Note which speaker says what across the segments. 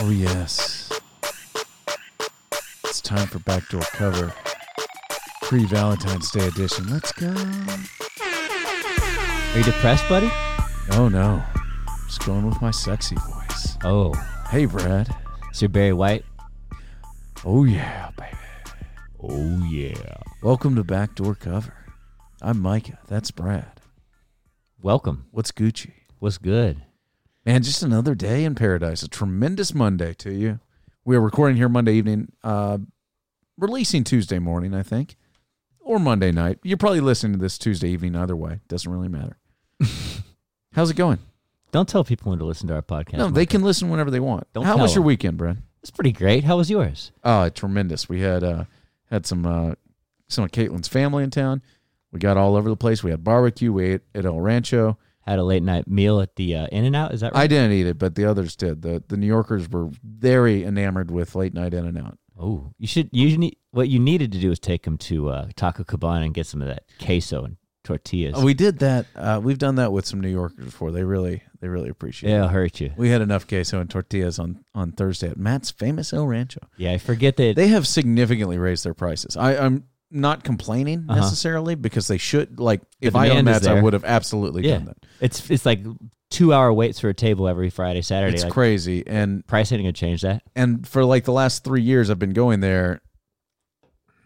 Speaker 1: Oh, yes. It's time for backdoor cover. Pre Valentine's Day edition. Let's go.
Speaker 2: Are you depressed, buddy?
Speaker 1: Oh, no. Just going with my sexy voice.
Speaker 2: Oh,
Speaker 1: Hey, Brad.
Speaker 2: so you're Barry White?
Speaker 1: Oh, yeah, baby.
Speaker 2: Oh, yeah.
Speaker 1: Welcome to Backdoor Cover. I'm Micah. That's Brad.
Speaker 2: Welcome.
Speaker 1: What's Gucci?
Speaker 2: What's good?
Speaker 1: Man, just another day in paradise. A tremendous Monday to you. We are recording here Monday evening, uh, releasing Tuesday morning, I think, or Monday night. You're probably listening to this Tuesday evening either way. Doesn't really matter. How's it going?
Speaker 2: Don't tell people when to listen to our podcast.
Speaker 1: no, they can listen whenever they want.
Speaker 2: Don't
Speaker 1: How
Speaker 2: tell
Speaker 1: was your
Speaker 2: them.
Speaker 1: weekend, Brad?
Speaker 2: It's pretty great. How was yours?
Speaker 1: Oh, tremendous. We had uh, had some uh, some of Caitlin's family in town. We got all over the place. We had barbecue. We ate at El Rancho.
Speaker 2: Had a late night meal at the uh, In and Out. Is that right?
Speaker 1: I didn't eat it, but the others did. The the New Yorkers were very enamored with late night in and out.
Speaker 2: oh, you should. You need what you needed to do is take him to uh, Taco Cabana and get some of that queso and tortillas.
Speaker 1: Oh, we did that. Uh, we've done that with some New Yorkers before. They really they really appreciate it.
Speaker 2: It'll hurt you.
Speaker 1: We had enough queso and tortillas on, on Thursday at Matt's famous El Rancho.
Speaker 2: Yeah, I forget that.
Speaker 1: They have significantly raised their prices. I, I'm not complaining
Speaker 2: Uh-huh.
Speaker 1: necessarily because they should like if I owned
Speaker 2: demand is
Speaker 1: Matt's, I
Speaker 2: there.
Speaker 1: would have absolutely
Speaker 2: yeah,
Speaker 1: done that.
Speaker 2: it's it's like two hour waits for a table every Friday, Saturday.
Speaker 1: It's
Speaker 2: like,
Speaker 1: crazy. And
Speaker 2: price ain't gonna change that.
Speaker 1: and for like the last three years I've been going there.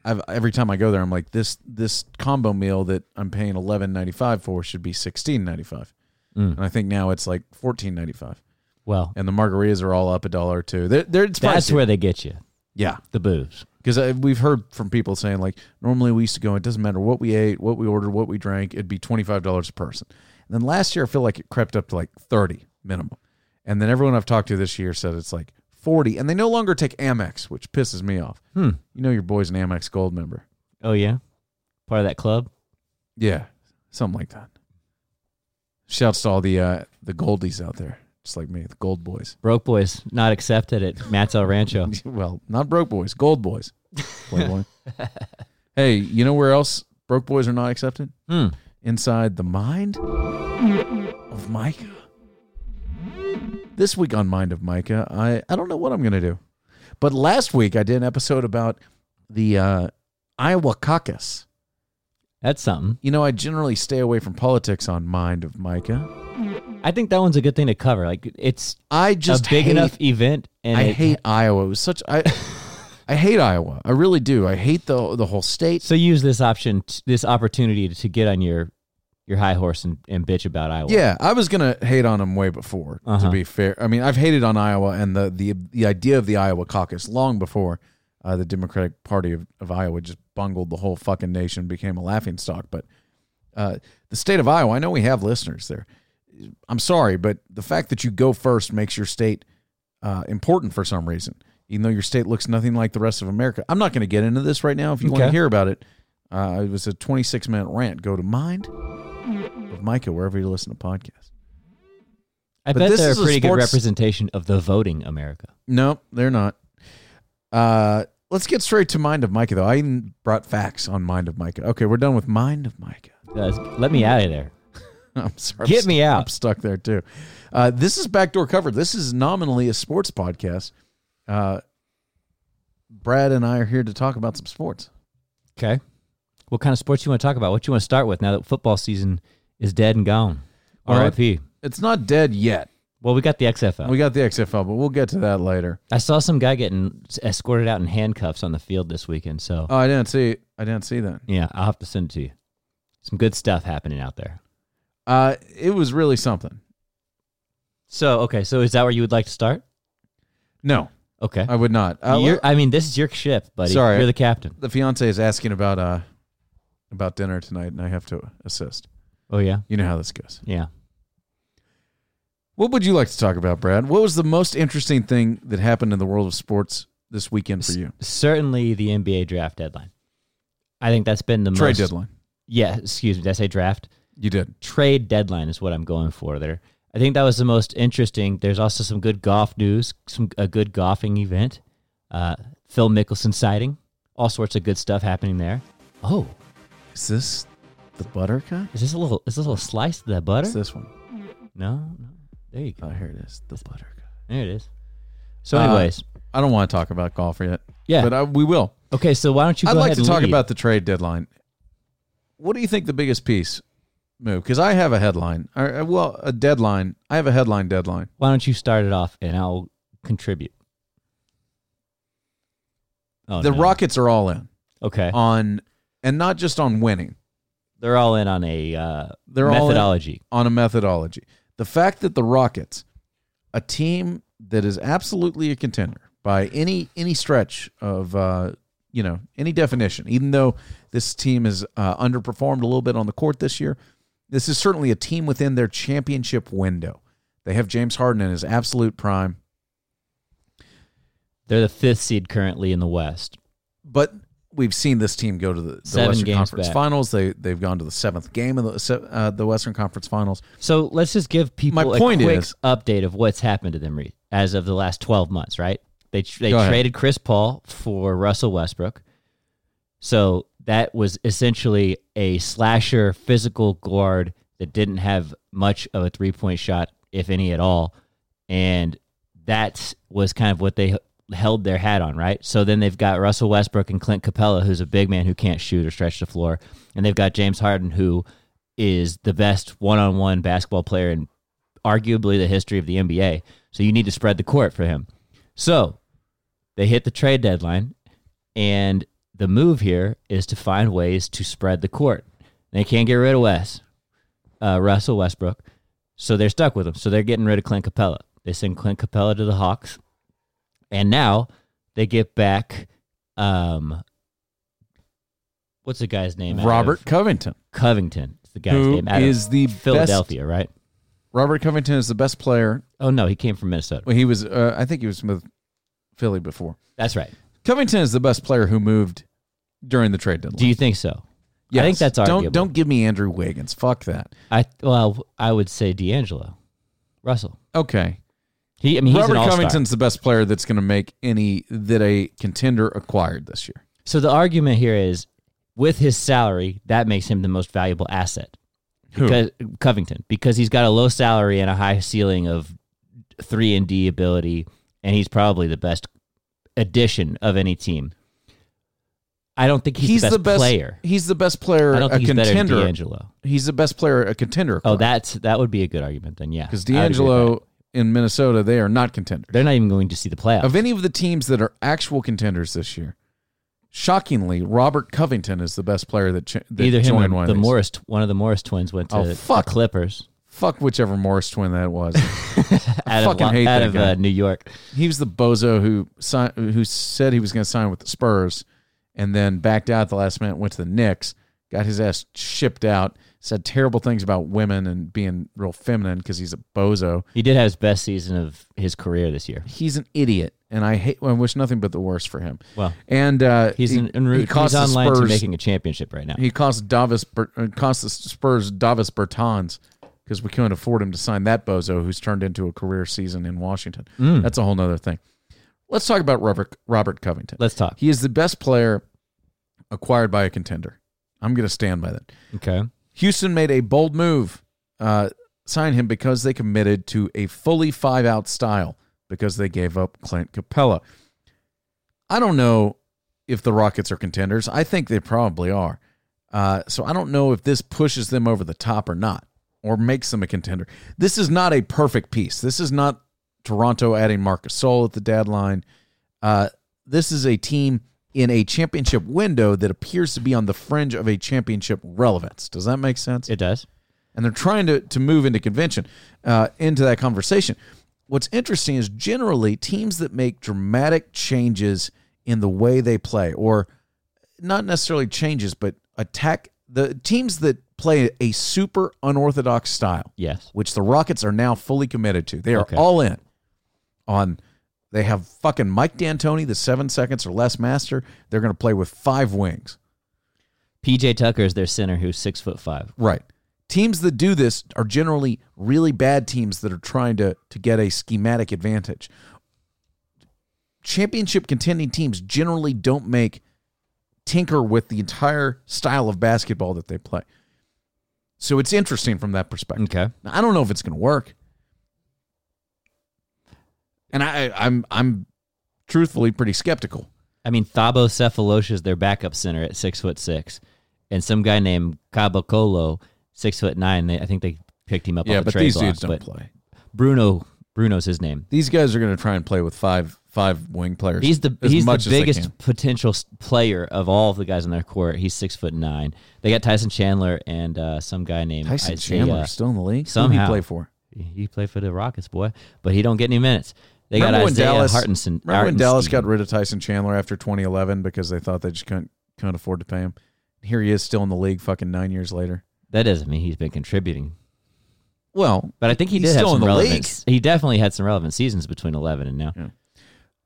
Speaker 1: I've every time I go there, I'm like, this this combo meal that I'm paying eleven ninety five for should be sixteen ninety five.
Speaker 2: Mm.
Speaker 1: And I think now it's like fourteen ninety five.
Speaker 2: Well,
Speaker 1: and the margaritas are all up a dollar too. They're, they're it's
Speaker 2: that's
Speaker 1: pricey.
Speaker 2: where they get you.
Speaker 1: yeah,
Speaker 2: The booze.
Speaker 1: because we've heard from people saying like normally we used to go. It doesn't matter what we ate, what we ordered, what we drank. It'd be twenty five dollars a person. And then last year I feel like it crept up to like thirty minimum. And then everyone I've talked to this year said it's like forty, and they no longer take Amex, which pisses me off.
Speaker 2: Hmm.
Speaker 1: You know your boy's an Amex Gold member.
Speaker 2: Oh yeah, part of that club.
Speaker 1: Yeah, something like that. Shouts to all the uh, the goldies out there, just like me, the gold boys.
Speaker 2: Broke boys not accepted at Matt's El Rancho.
Speaker 1: well, not broke boys, gold boys. Playboy. hey, you know where else broke boys are not accepted?
Speaker 2: Hmm.
Speaker 1: Inside the mind of Micah. This week on Mind of Micah, I, I don't know what I'm going to do. But last week I did an episode about the uh, Iowa caucus.
Speaker 2: That's something.
Speaker 1: You know, I generally stay away from politics on Mind of Micah.
Speaker 2: I think that one's a good thing to cover. Like it's
Speaker 1: I just
Speaker 2: a big
Speaker 1: hate-
Speaker 2: enough event, and
Speaker 1: I
Speaker 2: it-
Speaker 1: hate Iowa. It was such I I hate Iowa. I really do. I hate the the whole state.
Speaker 2: So use this option, t- this opportunity to, to get on your your high horse and, and bitch about Iowa.
Speaker 1: Yeah, I was gonna hate on him way before. To
Speaker 2: Uh-huh.
Speaker 1: be fair, I mean, I've hated on Iowa and the the the idea of the Iowa caucus long before uh, the Democratic Party of, of Iowa just bungled the whole fucking nation, became a laughing stock. But uh, the state of Iowa, I know we have listeners there. I'm sorry, but the fact that you go first makes your state uh, important for some reason, even though your state looks nothing like the rest of America. I'm not going to get into this right now. If you want to
Speaker 2: Okay.
Speaker 1: hear about it, uh, it was a 26 minute rant. Go to Mind of Micah wherever you listen to podcasts.
Speaker 2: I
Speaker 1: But
Speaker 2: bet
Speaker 1: this
Speaker 2: they're a
Speaker 1: is a
Speaker 2: pretty good
Speaker 1: sports-
Speaker 2: representation of the voting America.
Speaker 1: No, they're not. Uh, let's get straight to Mind of Micah, though. I even brought facts on Mind of Micah. Okay, we're done with Mind of Micah.
Speaker 2: Uh, let me out of there.
Speaker 1: I'm sorry.
Speaker 2: Get
Speaker 1: I'm
Speaker 2: me
Speaker 1: stu-
Speaker 2: out.
Speaker 1: I'm stuck there too. Uh, this is backdoor cover. This is nominally a sports podcast. Uh, Brad and I are here to talk about some sports.
Speaker 2: Okay. What kind of sports you want to talk about? What you want to start with now that football season is dead and gone?
Speaker 1: Well,
Speaker 2: R.I.P.
Speaker 1: It's not dead yet.
Speaker 2: Well, we got the XFL.
Speaker 1: We got the XFL, but we'll get to that later.
Speaker 2: I saw some guy getting escorted out in handcuffs on the field this weekend. So
Speaker 1: Oh, I didn't see. I didn't see that.
Speaker 2: yeah, I'll have to send it to you. Some good stuff happening out there.
Speaker 1: Uh, it was really something.
Speaker 2: So okay, so is that where you would like to start?
Speaker 1: No,
Speaker 2: Okay.
Speaker 1: I would not. Uh,
Speaker 2: You're- I mean, this is your ship, buddy.
Speaker 1: Sorry.
Speaker 2: You're the captain.
Speaker 1: the fiance is asking about uh about dinner tonight, and I have to assist.
Speaker 2: Oh yeah,
Speaker 1: You know how this goes.
Speaker 2: yeah.
Speaker 1: What would you like to talk about, Brad? What was the most interesting thing that happened in the world of sports this weekend for you?
Speaker 2: Certainly the NBA draft deadline. I think that's been the
Speaker 1: Trade
Speaker 2: most.
Speaker 1: deadline.
Speaker 2: Yeah, excuse me. Did I say draft?
Speaker 1: You did.
Speaker 2: Trade deadline is what I'm going for there. I think that was the most interesting. There's also some good golf news, some a good golfing event, uh, Phil Mickelson sighting, all sorts of good stuff happening there. Oh,
Speaker 1: Is this the butter guy?
Speaker 2: is this a little? Is this a little slice of that butter?
Speaker 1: It's this one.
Speaker 2: no, no. There you go.
Speaker 1: Oh, here it is. The butter guy.
Speaker 2: There it is. So,
Speaker 1: Uh,
Speaker 2: anyways,
Speaker 1: I don't want to talk about golf yet.
Speaker 2: Yeah.
Speaker 1: but I, we will.
Speaker 2: okay. So why don't you? Go
Speaker 1: I'd like
Speaker 2: ahead
Speaker 1: to
Speaker 2: and
Speaker 1: talk
Speaker 2: lead.
Speaker 1: about the trade deadline. What do you think the biggest piece move? Because I have a headline. Or, uh, well, a deadline. I have a headline deadline.
Speaker 2: Why don't you start it off and I'll contribute. Oh,
Speaker 1: the
Speaker 2: no.
Speaker 1: Rockets are all in
Speaker 2: Okay,
Speaker 1: on, and not just on winning.
Speaker 2: they're all in on a uh,
Speaker 1: They're all in
Speaker 2: methodology.
Speaker 1: on a methodology. The fact that the Rockets, a team that is absolutely a contender by any any stretch of uh, you know any definition, even though this team has uh, underperformed a little bit on the court this year, this is certainly a team within their championship window. They have James Harden in his absolute prime,
Speaker 2: They're the fifth seed currently in the West.
Speaker 1: but we've seen this team go to the, the
Speaker 2: Seven
Speaker 1: Western
Speaker 2: games
Speaker 1: Conference
Speaker 2: back.
Speaker 1: Finals. They they've gone to the seventh game of the se- uh, the Western Conference Finals.
Speaker 2: So let's just give people
Speaker 1: My
Speaker 2: a
Speaker 1: point
Speaker 2: quick
Speaker 1: is-
Speaker 2: update of what's happened to them re- as of the last 12 months, right? They tr- they
Speaker 1: Go ahead.
Speaker 2: traded Chris Paul for Russell Westbrook. So that was essentially a slasher physical guard that didn't have much of a three-point shot if any at all. And that was kind of what they h- held their hat on, right? So then they've got Russell Westbrook and Clint Capella, who's a big man who can't shoot or stretch the floor, and they've got James Harden, who is the best one-on-one basketball player in arguably the history of the NBA. So you need to spread the court for him. So they hit the trade deadline, and the move here is to find ways to spread the court. They can't get rid of Wes, uh, Russell Westbrook, so they're stuck with him. So they're getting rid of Clint Capella. They send Clint Capella to the Hawks, and now they get back. Um, what's the guy's name? out of-
Speaker 1: Robert Covington,
Speaker 2: Covington. It's the guy's
Speaker 1: who
Speaker 2: name. Out of
Speaker 1: is the best-
Speaker 2: Philadelphia, right?
Speaker 1: Robert Covington is the best player
Speaker 2: Oh no, he came from Minnesota.
Speaker 1: Well, he was. Uh, I think he was with Philly before.
Speaker 2: That's right.
Speaker 1: Covington is the best player who moved during the trade deadline.
Speaker 2: Do you think so? I think
Speaker 1: Yes.
Speaker 2: that's arguable.
Speaker 1: Don't don't give me Andrew Wiggins. Fuck that.
Speaker 2: I well, I would say D'Angelo, Russell.
Speaker 1: Okay.
Speaker 2: He, I mean, he's
Speaker 1: Robert
Speaker 2: an all-star.
Speaker 1: Covington's the best player that's going to make any that a contender acquired this year.
Speaker 2: So the argument here is, with his salary, that makes him the most valuable asset.
Speaker 1: Who?
Speaker 2: Because Covington, because he's got a low salary and a high ceiling of three and D ability, and he's probably the best addition of any team. I don't think he's, the, best player.
Speaker 1: He's the best player.
Speaker 2: I don't think
Speaker 1: a
Speaker 2: he's better than
Speaker 1: contender.
Speaker 2: D'Angelo.
Speaker 1: He's the best player a contender.
Speaker 2: Oh, that's that would be a good argument then. Yeah,
Speaker 1: because
Speaker 2: I would agree with that.
Speaker 1: D'Angelo in Minnesota, they are not contenders.
Speaker 2: they're not even going to see the playoffs.
Speaker 1: Of any of the teams that are actual contenders this year, shockingly, Robert Covington is the best player that, ch- that
Speaker 2: Either him
Speaker 1: joined
Speaker 2: or
Speaker 1: one of
Speaker 2: the
Speaker 1: these.
Speaker 2: Morris, one of the Morris twins went to
Speaker 1: Oh,
Speaker 2: the
Speaker 1: fuck.
Speaker 2: Clippers
Speaker 1: Fuck whichever Morris twin that was.
Speaker 2: out
Speaker 1: fucking
Speaker 2: of, Lo-
Speaker 1: hate
Speaker 2: out
Speaker 1: that
Speaker 2: of
Speaker 1: guy.
Speaker 2: uh, New York.
Speaker 1: he was the bozo who si- who said he was going to sign with the Spurs, and then backed out at the last minute. Went to the Knicks, got his ass shipped out. Said terrible things about women and being real feminine because he's a bozo.
Speaker 2: He did have his best season of his career this year.
Speaker 1: He's an idiot, and I hate. I wish nothing but the worst for him.
Speaker 2: Well,
Speaker 1: And uh,
Speaker 2: he's
Speaker 1: he,
Speaker 2: in, en route.
Speaker 1: he cost
Speaker 2: He's
Speaker 1: the
Speaker 2: online to
Speaker 1: Spurs-
Speaker 2: making a championship right now.
Speaker 1: He cost Davis Ber- uh, cost the Spurs Davis Bertans because we couldn't afford him to sign that bozo who's turned into a career season in Washington. That's a whole nother thing. Let's talk about Robert Robert Covington.
Speaker 2: Let's talk.
Speaker 1: He is the best player acquired by a contender. I'm going to stand by that.
Speaker 2: okay.
Speaker 1: Houston made a bold move, uh, sign him because they committed to a fully five out style because they gave up Clint Capella. I don't know if the Rockets are contenders. I think they probably are. Uh, so I don't know if this pushes them over the top or not, or makes them a contender. This is not a perfect piece. This is not Toronto adding Marcus Sol at the deadline. Uh, this is a team in a championship window that appears to be on the fringe of a championship relevance. Does that make sense?
Speaker 2: It does.
Speaker 1: and they're trying to, to move into convention, uh, into that conversation. What's interesting is generally teams that make dramatic changes in the way they play, or not necessarily changes, but attack the teams that play a super unorthodox style,
Speaker 2: Yes.
Speaker 1: which the Rockets are now fully committed to. They are
Speaker 2: Okay.
Speaker 1: all in on. They have fucking Mike D'Antoni, the seven seconds or less master. They're going to play with five wings.
Speaker 2: PJ Tucker is their center, who's six foot five.
Speaker 1: Right. Teams that do this are generally really bad teams that are trying to to get a schematic advantage. Championship contending teams generally don't make tinker with the entire style of basketball that they play. So it's Mm. interesting from that perspective.
Speaker 2: Okay.
Speaker 1: Now, I don't know if it's going to work. and I, I'm I'm truthfully pretty skeptical.
Speaker 2: I mean, Thabo Cephalosha is their backup center at six foot six, and some guy named Cabocolo, six foot nine. They, I think they picked him up.
Speaker 1: yeah,
Speaker 2: on the
Speaker 1: but
Speaker 2: trade
Speaker 1: these
Speaker 2: block,
Speaker 1: dudes don't
Speaker 2: but
Speaker 1: play.
Speaker 2: Bruno, Bruno's his name.
Speaker 1: These guys are going to try and play with five five wing players.
Speaker 2: He's the
Speaker 1: as
Speaker 2: he's
Speaker 1: much
Speaker 2: the
Speaker 1: as they can.
Speaker 2: biggest potential s- player of all of the guys on their court. He's six foot nine. They got Tyson Chandler and uh, some guy named
Speaker 1: Tyson
Speaker 2: Isaiah.
Speaker 1: Chandler is still in the league. Who
Speaker 2: Somehow.
Speaker 1: he play for?
Speaker 2: He played for the Rockets, boy, but he don't get any minutes. They
Speaker 1: Remember
Speaker 2: got
Speaker 1: when
Speaker 2: Isaiah
Speaker 1: Dallas-
Speaker 2: Hartenson.
Speaker 1: Remember when
Speaker 2: Hartenstein.
Speaker 1: Dallas got rid of Tyson Chandler after 2011 because they thought they just couldn't couldn't afford to pay him. Here he is still in the league, fucking nine years later.
Speaker 2: That doesn't mean he's been contributing.
Speaker 1: Well,
Speaker 2: But I think he
Speaker 1: He's
Speaker 2: did have
Speaker 1: still
Speaker 2: some
Speaker 1: in the league.
Speaker 2: relevance. He definitely had some relevant seasons between eleven and now.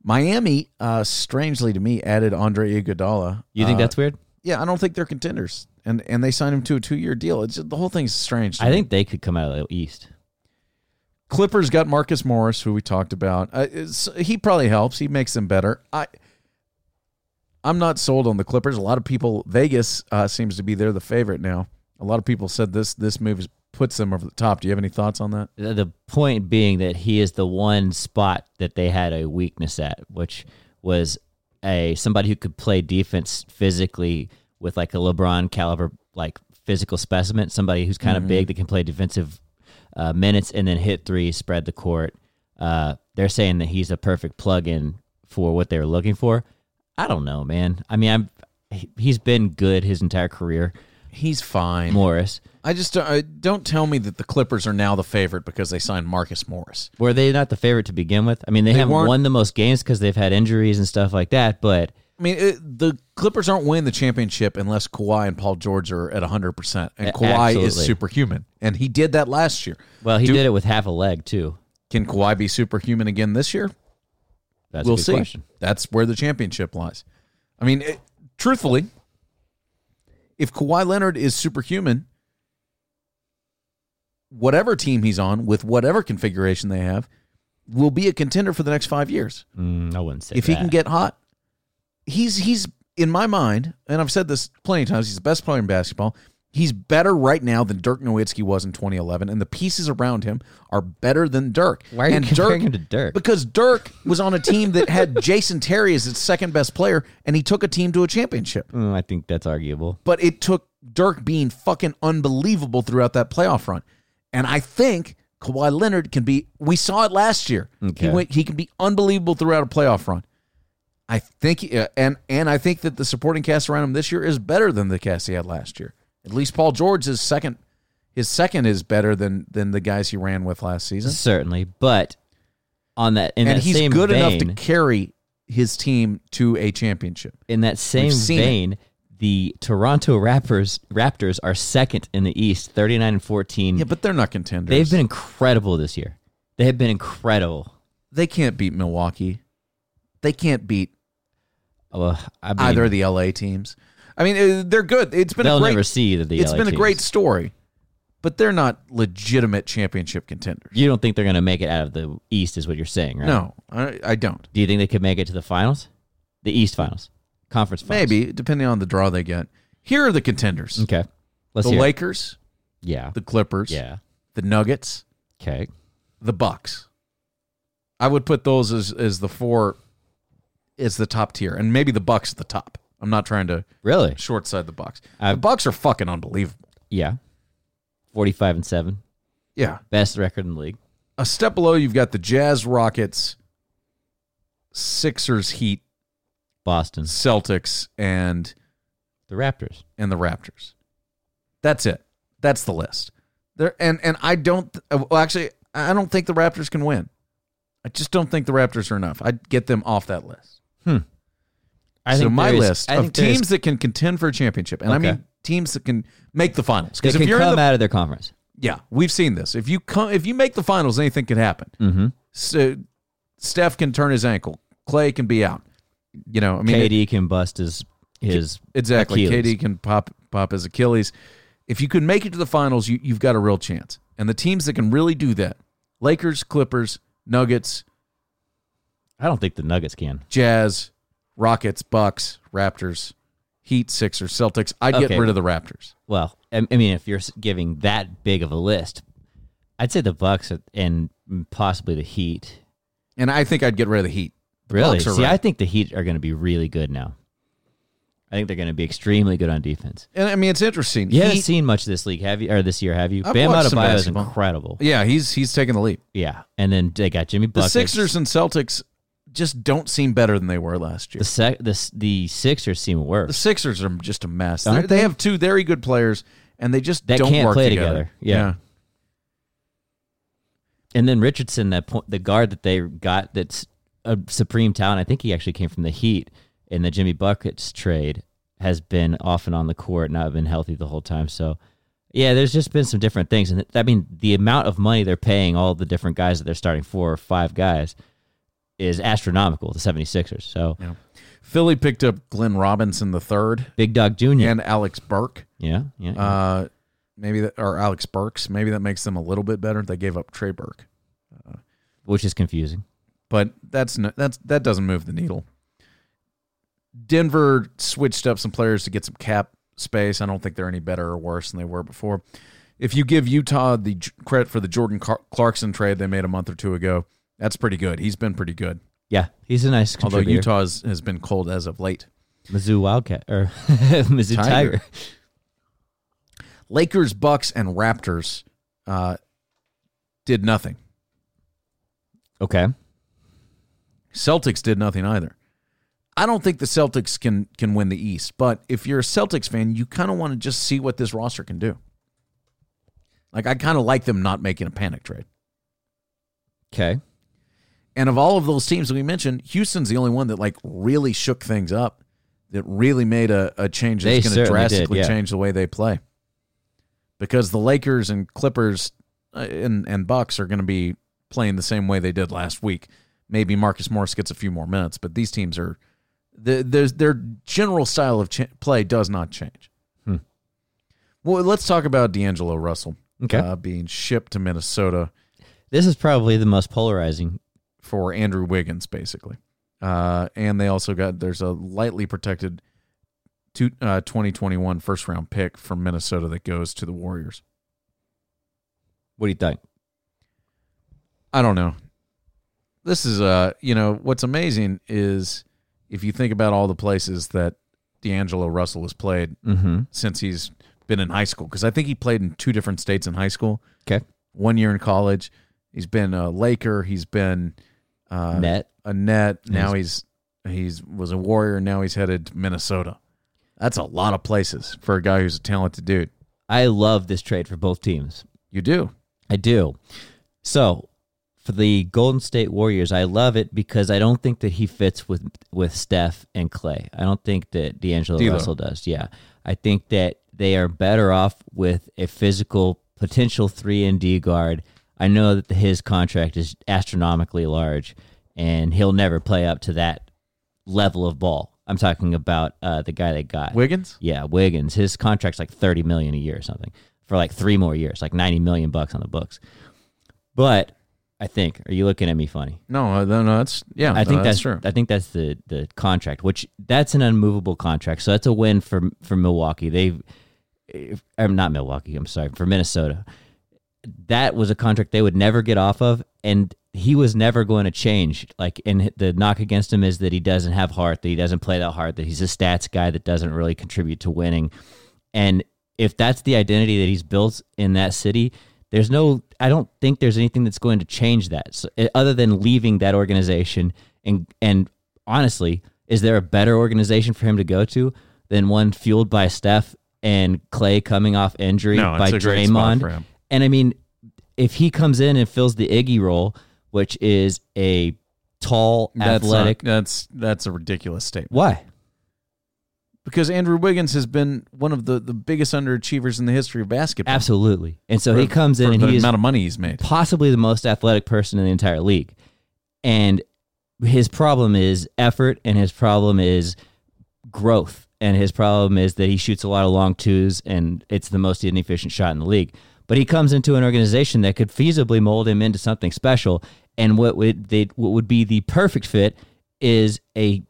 Speaker 1: Miami, uh, strangely to me, added Andre Iguodala.
Speaker 2: You think
Speaker 1: Uh,
Speaker 2: that's weird?
Speaker 1: yeah? I don't think they're contenders, and and they signed him to a two year deal. It's the whole thing's strange. to
Speaker 2: I
Speaker 1: me.
Speaker 2: think they could come out of the East.
Speaker 1: Clippers got Marcus Morris, who we talked about. Uh, it's- he probably helps. He makes them better. I, I'm not sold on the Clippers. A lot of people, Vegas uh, seems to be they're the favorite now. A lot of people said this this move is, puts them over the top. Do you have any thoughts on that?
Speaker 2: The the point being that he is the one spot that they had a weakness at, which was a somebody who could play defense physically with like a LeBron caliber like physical specimen, somebody who's kind of big that can play defensive uh, minutes and then hit three, spread the court. Uh, they're saying that he's a perfect plug-in for what they were looking for. I don't know, man. I mean, I'm he- he's been good his entire career,
Speaker 1: He's fine.
Speaker 2: Morris.
Speaker 1: I just don't, I, don't tell me that the Clippers are now the favorite because they signed Marcus Morris.
Speaker 2: Were they not the favorite to begin with? I mean, they, haven't
Speaker 1: weren't-
Speaker 2: won the most games because they've had injuries and stuff like that. But
Speaker 1: I mean, it, the Clippers aren't winning the championship unless Kawhi and Paul George are at 100%. And
Speaker 2: A-
Speaker 1: Kawhi
Speaker 2: absolutely.
Speaker 1: is superhuman. And he did that last year.
Speaker 2: well, he
Speaker 1: Do-
Speaker 2: did it with half a leg too.
Speaker 1: Can Kawhi be superhuman again this year?
Speaker 2: That's
Speaker 1: we'll
Speaker 2: a good
Speaker 1: see.
Speaker 2: question.
Speaker 1: That's where the championship lies. I mean, it, truthfully, if Kawhi Leonard is superhuman, whatever team he's on with whatever configuration they have will be a contender for the next five years.
Speaker 2: Mm, I wouldn't say
Speaker 1: if he can
Speaker 2: that.
Speaker 1: get hot, he's he's in my mind, and I've said this plenty of times. He's the best player in basketball. He's better right now than Dirk Nowitzki was in 2011, and the pieces around him are better than Dirk.
Speaker 2: Why are you
Speaker 1: and
Speaker 2: comparing him to Dirk?
Speaker 1: Because Dirk was on a team that had Jason Terry as its second best player, and he took a team to a championship.
Speaker 2: Mm, I think that's arguable.
Speaker 1: But it took Dirk being fucking unbelievable throughout that playoff run, and I think Kawhi Leonard can be. We saw it last year.
Speaker 2: Okay.
Speaker 1: He went. He can be unbelievable throughout a playoff run. I think, uh, and and I think that the supporting cast around him this year is better than the cast he had last year. At least Paul George is second. His second is better than than the guys he ran with last season,
Speaker 2: Certainly, but on that in
Speaker 1: and
Speaker 2: that
Speaker 1: he's
Speaker 2: same
Speaker 1: good
Speaker 2: vein,
Speaker 1: enough to carry his team to a championship.
Speaker 2: in that same
Speaker 1: seen it.
Speaker 2: vein, the Toronto Raptors Raptors are second in the East, thirty nine and fourteen.
Speaker 1: Yeah, but they're not contenders.
Speaker 2: Mm. They've been incredible this year. They have been incredible.
Speaker 1: they can't beat Milwaukee. They can't beat
Speaker 2: Well, Oh, I mean,
Speaker 1: either of the LA teams. I mean, uh, they're good. It's been
Speaker 2: they'll
Speaker 1: a great.
Speaker 2: never see the. the
Speaker 1: it's
Speaker 2: LA
Speaker 1: been a
Speaker 2: teams.
Speaker 1: great story, but they're not legitimate championship contenders.
Speaker 2: You don't think they're going to make it out of the East, is what you're saying, right?
Speaker 1: No, I, I don't.
Speaker 2: Do you think they could make it to the finals, the East finals, conference finals?
Speaker 1: Maybe, depending on the draw they get. Here are the contenders
Speaker 2: Okay. Let's
Speaker 1: the
Speaker 2: hear. it.
Speaker 1: Lakers,
Speaker 2: yeah.
Speaker 1: the Clippers,
Speaker 2: Yeah.
Speaker 1: the Nuggets,
Speaker 2: Okay.
Speaker 1: the Bucks. I would put those as, as the four, as the top tier, and maybe the Bucks at the top. I'm not trying to
Speaker 2: Really?
Speaker 1: short side the Bucks.
Speaker 2: I've-
Speaker 1: the Bucks are fucking unbelievable.
Speaker 2: Yeah. Forty-five and seven,
Speaker 1: Yeah,
Speaker 2: best record in the league.
Speaker 1: a step below, you've got the Jazz, Rockets, Sixers, Heat,
Speaker 2: Boston,
Speaker 1: Celtics, and
Speaker 2: the Raptors.
Speaker 1: and the Raptors. That's it. That's the list. There and and I don't. uh, Well, actually, I don't think the Raptors can win. I just don't think the Raptors are enough. I'd get them off that list.
Speaker 2: I
Speaker 1: so
Speaker 2: think
Speaker 1: my
Speaker 2: there is-
Speaker 1: list
Speaker 2: I
Speaker 1: of
Speaker 2: think there is-
Speaker 1: teams that can contend for a championship, and
Speaker 2: Okay.
Speaker 1: I mean teams that can make the finals.
Speaker 2: they
Speaker 1: Because if
Speaker 2: can
Speaker 1: you're in
Speaker 2: come
Speaker 1: the
Speaker 2: out of their conference.
Speaker 1: yeah, we've seen this. If you come, if you make the finals, anything could happen. Mm-hmm. So Steph can turn his ankle. Clay can be out. You know, I mean, it-
Speaker 2: KD can bust his his
Speaker 1: exactly.
Speaker 2: Achilles.
Speaker 1: KD can pop pop his Achilles. If you can make it to the finals, you, you've got a real chance. And the teams that can really do that: Lakers, Clippers, Nuggets,
Speaker 2: I don't think the Nuggets can.
Speaker 1: Jazz, Rockets, Bucks, Raptors, Heat, Sixers, Celtics. I'd get
Speaker 2: Okay.
Speaker 1: rid of the Raptors.
Speaker 2: Well, I I mean, if you're s- giving that big of a list, I'd say the Bucks and possibly the Heat
Speaker 1: and I think I'd get red of the heat. The
Speaker 2: Really?
Speaker 1: Bucks are
Speaker 2: See,
Speaker 1: red.
Speaker 2: I think the Heat are going to be really good now. I think they're going to be extremely good on defense.
Speaker 1: and I mean it's interesting.
Speaker 2: You haven't
Speaker 1: Heat-
Speaker 2: seen much this league, have you? Or this year, have you?
Speaker 1: I've
Speaker 2: Bam
Speaker 1: watched some
Speaker 2: Adebayo is
Speaker 1: basketball.
Speaker 2: incredible.
Speaker 1: yeah, he's he's taking the leap.
Speaker 2: Yeah, and then they got Jimmy
Speaker 1: The
Speaker 2: Buckets.
Speaker 1: Sixers and Celtics just don't seem better than they were last year.
Speaker 2: the sec, the s- the Sixers seem
Speaker 1: The
Speaker 2: worse.
Speaker 1: Sixers are just a mess.
Speaker 2: Aren't
Speaker 1: They're- They
Speaker 2: they?
Speaker 1: have two very good players, and they just
Speaker 2: That
Speaker 1: don't
Speaker 2: can't
Speaker 1: work
Speaker 2: play
Speaker 1: together.
Speaker 2: together. Yeah. And then Richardson, that point, the guard that they got, that's a supreme talent. I think he actually came from the Heat in the Jimmy Buckets trade. Has been off and on the court, not been healthy the whole time. So, yeah, there's just been some different things, and I mean the amount of money they're paying all the different guys that they're starting four or five guys is astronomical. The 76ers. So
Speaker 1: Yeah. Philly picked up Glenn Robinson the third
Speaker 2: Big Dog Junior.
Speaker 1: and Alex Burke.
Speaker 2: yeah, yeah. yeah.
Speaker 1: Uh, maybe that, or Alex Burks. Maybe that makes them a little bit better. They gave up Trey Burke,
Speaker 2: which is confusing.
Speaker 1: but that's no, that's that doesn't move the needle. Denver switched up some players to get some cap space. I don't think they're any better or worse than they were before. If you give Utah the j- credit for the Jordan Car- Clarkson trade they made a month or two ago, that's pretty good. He's been pretty good.
Speaker 2: Yeah, he's a nice
Speaker 1: Although
Speaker 2: contributor.
Speaker 1: Utah's has been cold as of late.
Speaker 2: Mizzou Wildcat or Mizzou
Speaker 1: Tiger.
Speaker 2: Tiger.
Speaker 1: Lakers, Bucks, and Raptors uh, did nothing.
Speaker 2: Okay.
Speaker 1: Celtics did nothing either. I don't think the Celtics can can win the East, but if you're a Celtics fan, you kind of want to just see what this roster can do. Like I kind of like them not making a panic trade.
Speaker 2: Okay.
Speaker 1: And of all of those teams that we mentioned, Houston's the only one that like really shook things up, that really made a, a change
Speaker 2: They
Speaker 1: that's going to
Speaker 2: certainly did,
Speaker 1: drastically
Speaker 2: yeah.
Speaker 1: change the way they play. Because the Lakers and Clippers uh, and and Bucks are going to be playing the same way they did last week. Maybe Marcus Morris gets a few more minutes, but these teams are the, there's their general style of cha- play does not change.
Speaker 2: Hmm.
Speaker 1: Well, let's talk about D'Angelo Russell
Speaker 2: Okay.
Speaker 1: uh, being shipped to Minnesota
Speaker 2: This is probably the most polarizing.
Speaker 1: for Andrew Wiggins, basically. Uh, and they also got there's a lightly protected two, uh, 2021 first round pick from Minnesota that goes to the Warriors.
Speaker 2: What do you think?
Speaker 1: I don't know. This is uh, you know, what's amazing is if you think about all the places that D'Angelo Russell has played
Speaker 2: Mm-hmm.
Speaker 1: since he's been in high school, because I think he played in two different states in high school,
Speaker 2: Okay.
Speaker 1: one year in college. He's been a Laker. He's been uh,
Speaker 2: Net.
Speaker 1: a net. Now he's he's was a warrior. and Now he's headed to Minnesota. That's a lot of places for a guy who's a talented dude.
Speaker 2: I love this trade for both teams.
Speaker 1: You do.
Speaker 2: I do. So for the Golden State Warriors, I love it because I don't think that he fits with with Steph and Clay. I don't think that D'Angelo
Speaker 1: D'Lo.
Speaker 2: Russell does. Yeah, I think that they are better off with a physical potential three and D guard. I know that his contract is astronomically large, and he'll never play up to that level of ball. I'm talking about uh, the guy they got.
Speaker 1: Wiggins.
Speaker 2: Yeah, Wiggins. His contract's like thirty million a year or something for like three more years, like ninety million bucks on the books. But I think are you looking at me funny?
Speaker 1: No, uh, no, no, that's yeah.
Speaker 2: I think
Speaker 1: no,
Speaker 2: that's,
Speaker 1: true.
Speaker 2: I think that's the the contract, which that's an unmovable contract. So that's a win for for Milwaukee. They've if- I'm not Milwaukee. I'm sorry for Minnesota. That was a contract they would never get off of, and he was never going to change. Like, and the knock against him is that he doesn't have heart, that he doesn't play that hard, that he's a stats guy that doesn't really contribute to winning. And if that's the identity that he's built in that city, there's no, I don't think there's anything that's going to change that, so, eh, other than leaving that organization. And and honestly, is there a better organization for him to go to than one fueled by Steph and Clay coming off injury
Speaker 1: No, it's
Speaker 2: by
Speaker 1: a great spot
Speaker 2: Draymond?
Speaker 1: for him.
Speaker 2: And I mean, if he comes in and fills the Iggy role, which is a tall,
Speaker 1: That's not-
Speaker 2: athletic,
Speaker 1: that's that's a ridiculous statement
Speaker 2: why?
Speaker 1: because Andrew Wiggins has been one of the, the biggest underachievers in the history of basketball.
Speaker 2: Absolutely. And so he
Speaker 1: For-
Speaker 2: comes in
Speaker 1: for
Speaker 2: and
Speaker 1: the
Speaker 2: he is
Speaker 1: amount of money he's made.
Speaker 2: possibly the most athletic person in the entire league. And his problem is effort and his problem is growth. And his problem is that he shoots a lot of long twos and it's the most inefficient shot in the league. But he comes into an organization that could feasibly mold him into something special. And what would they what would be the perfect fit is a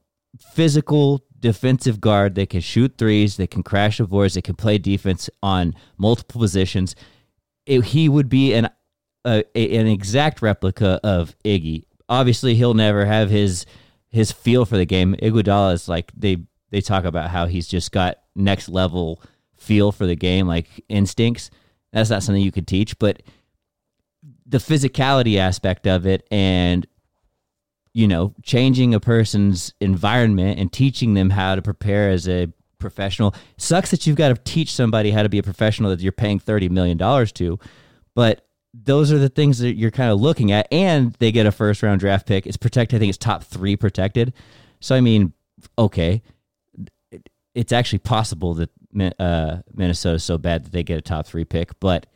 Speaker 2: physical defensive guard that can shoot threes, that can crash avoids, that can play defense on multiple positions it, he would be an a, a- an exact replica of Iggy obviously he'll never have his his feel for the game. Iguodala is like they they talk about how he's just got next level feel for the game, like instincts. That's not something you could teach, but the physicality aspect of it and you know changing a person's environment and teaching them how to prepare as a professional sucks that you've got to teach somebody how to be a professional that you're paying 30 million dollars to but those are the things that you're kind of looking at and they get a first round draft pick it's protected i think it's top 3 protected so i mean okay It- it's actually possible that Min- uh, Minnesota's so bad that they get a top 3 pick but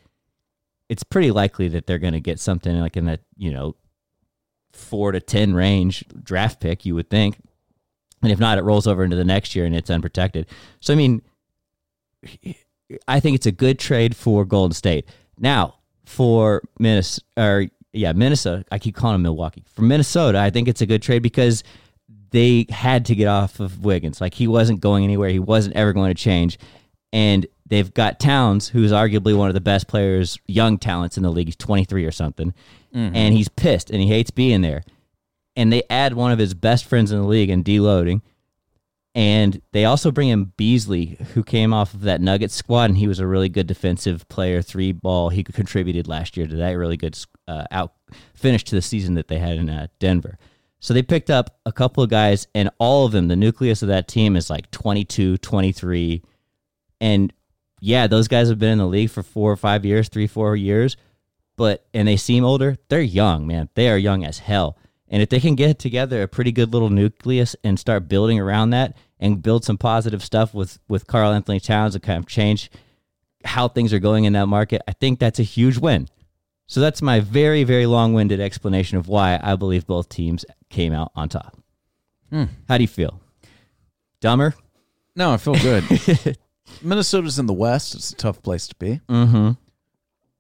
Speaker 2: it's pretty likely that they're going to get something like in that you know four to ten range draft pick. You would think, and if not, it rolls over into the next year and it's unprotected. So I mean, I think it's a good trade for Golden State. Now for Minnesota, or yeah, Minnesota. I keep calling them Milwaukee. For Minnesota, I think it's a good trade because they had to get off of Wiggins. Like he wasn't going anywhere. He wasn't ever going to change. And they've got Towns, who's arguably one of the best players, young talents in the league. He's 23 or something. And he's pissed and he hates being there. And they add one of his best friends in the league and deloading. And they also bring in Beasley, who came off of that Nuggets squad, and he was a really good defensive player, three ball. He contributed last year to that really good uh, out finish to the season that they had in uh, Denver. So they picked up a couple of guys, and all of them, the nucleus of that team is like 22, 23. And yeah, those guys have been in the league for four or five years, three, four years, but, and they seem older. They're young, man. They are young as hell. And if they can get together a pretty good little nucleus and start building around that and build some positive stuff with, with Carl Anthony Towns and kind of change how things are going in that market, I think that's a huge win. So that's my very, very long winded explanation of why I believe both teams came out on top. How do you feel? Dumber?
Speaker 1: No, I feel good. Minnesota's in the West. It's a tough place to be.
Speaker 2: Mm hmm.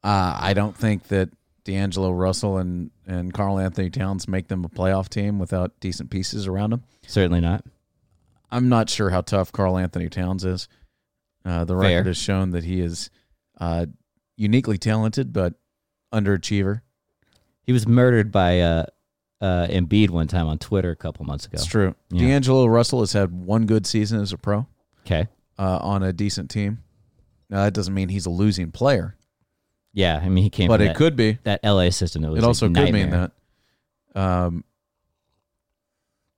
Speaker 1: Uh, I don't think that D'Angelo Russell and and Carl Anthony Towns make them a playoff team without decent pieces around them.
Speaker 2: Certainly not.
Speaker 1: I'm not sure how tough Carl Anthony Towns is. Uh, the
Speaker 2: Fair.
Speaker 1: record has shown that he is uh, uniquely talented, but underachiever.
Speaker 2: He was murdered by uh, uh, Embiid one time on Twitter a couple months ago.
Speaker 1: It's true.
Speaker 2: Yeah.
Speaker 1: D'Angelo Russell has had one good season as a pro
Speaker 2: Okay.
Speaker 1: uh, on a decent team. Now that doesn't mean he's a losing player,
Speaker 2: Yeah, I mean he came.
Speaker 1: but
Speaker 2: from
Speaker 1: it
Speaker 2: that,
Speaker 1: could be.
Speaker 2: that LA system. That was
Speaker 1: It
Speaker 2: a
Speaker 1: also could mean
Speaker 2: nightmare.
Speaker 1: that. Um,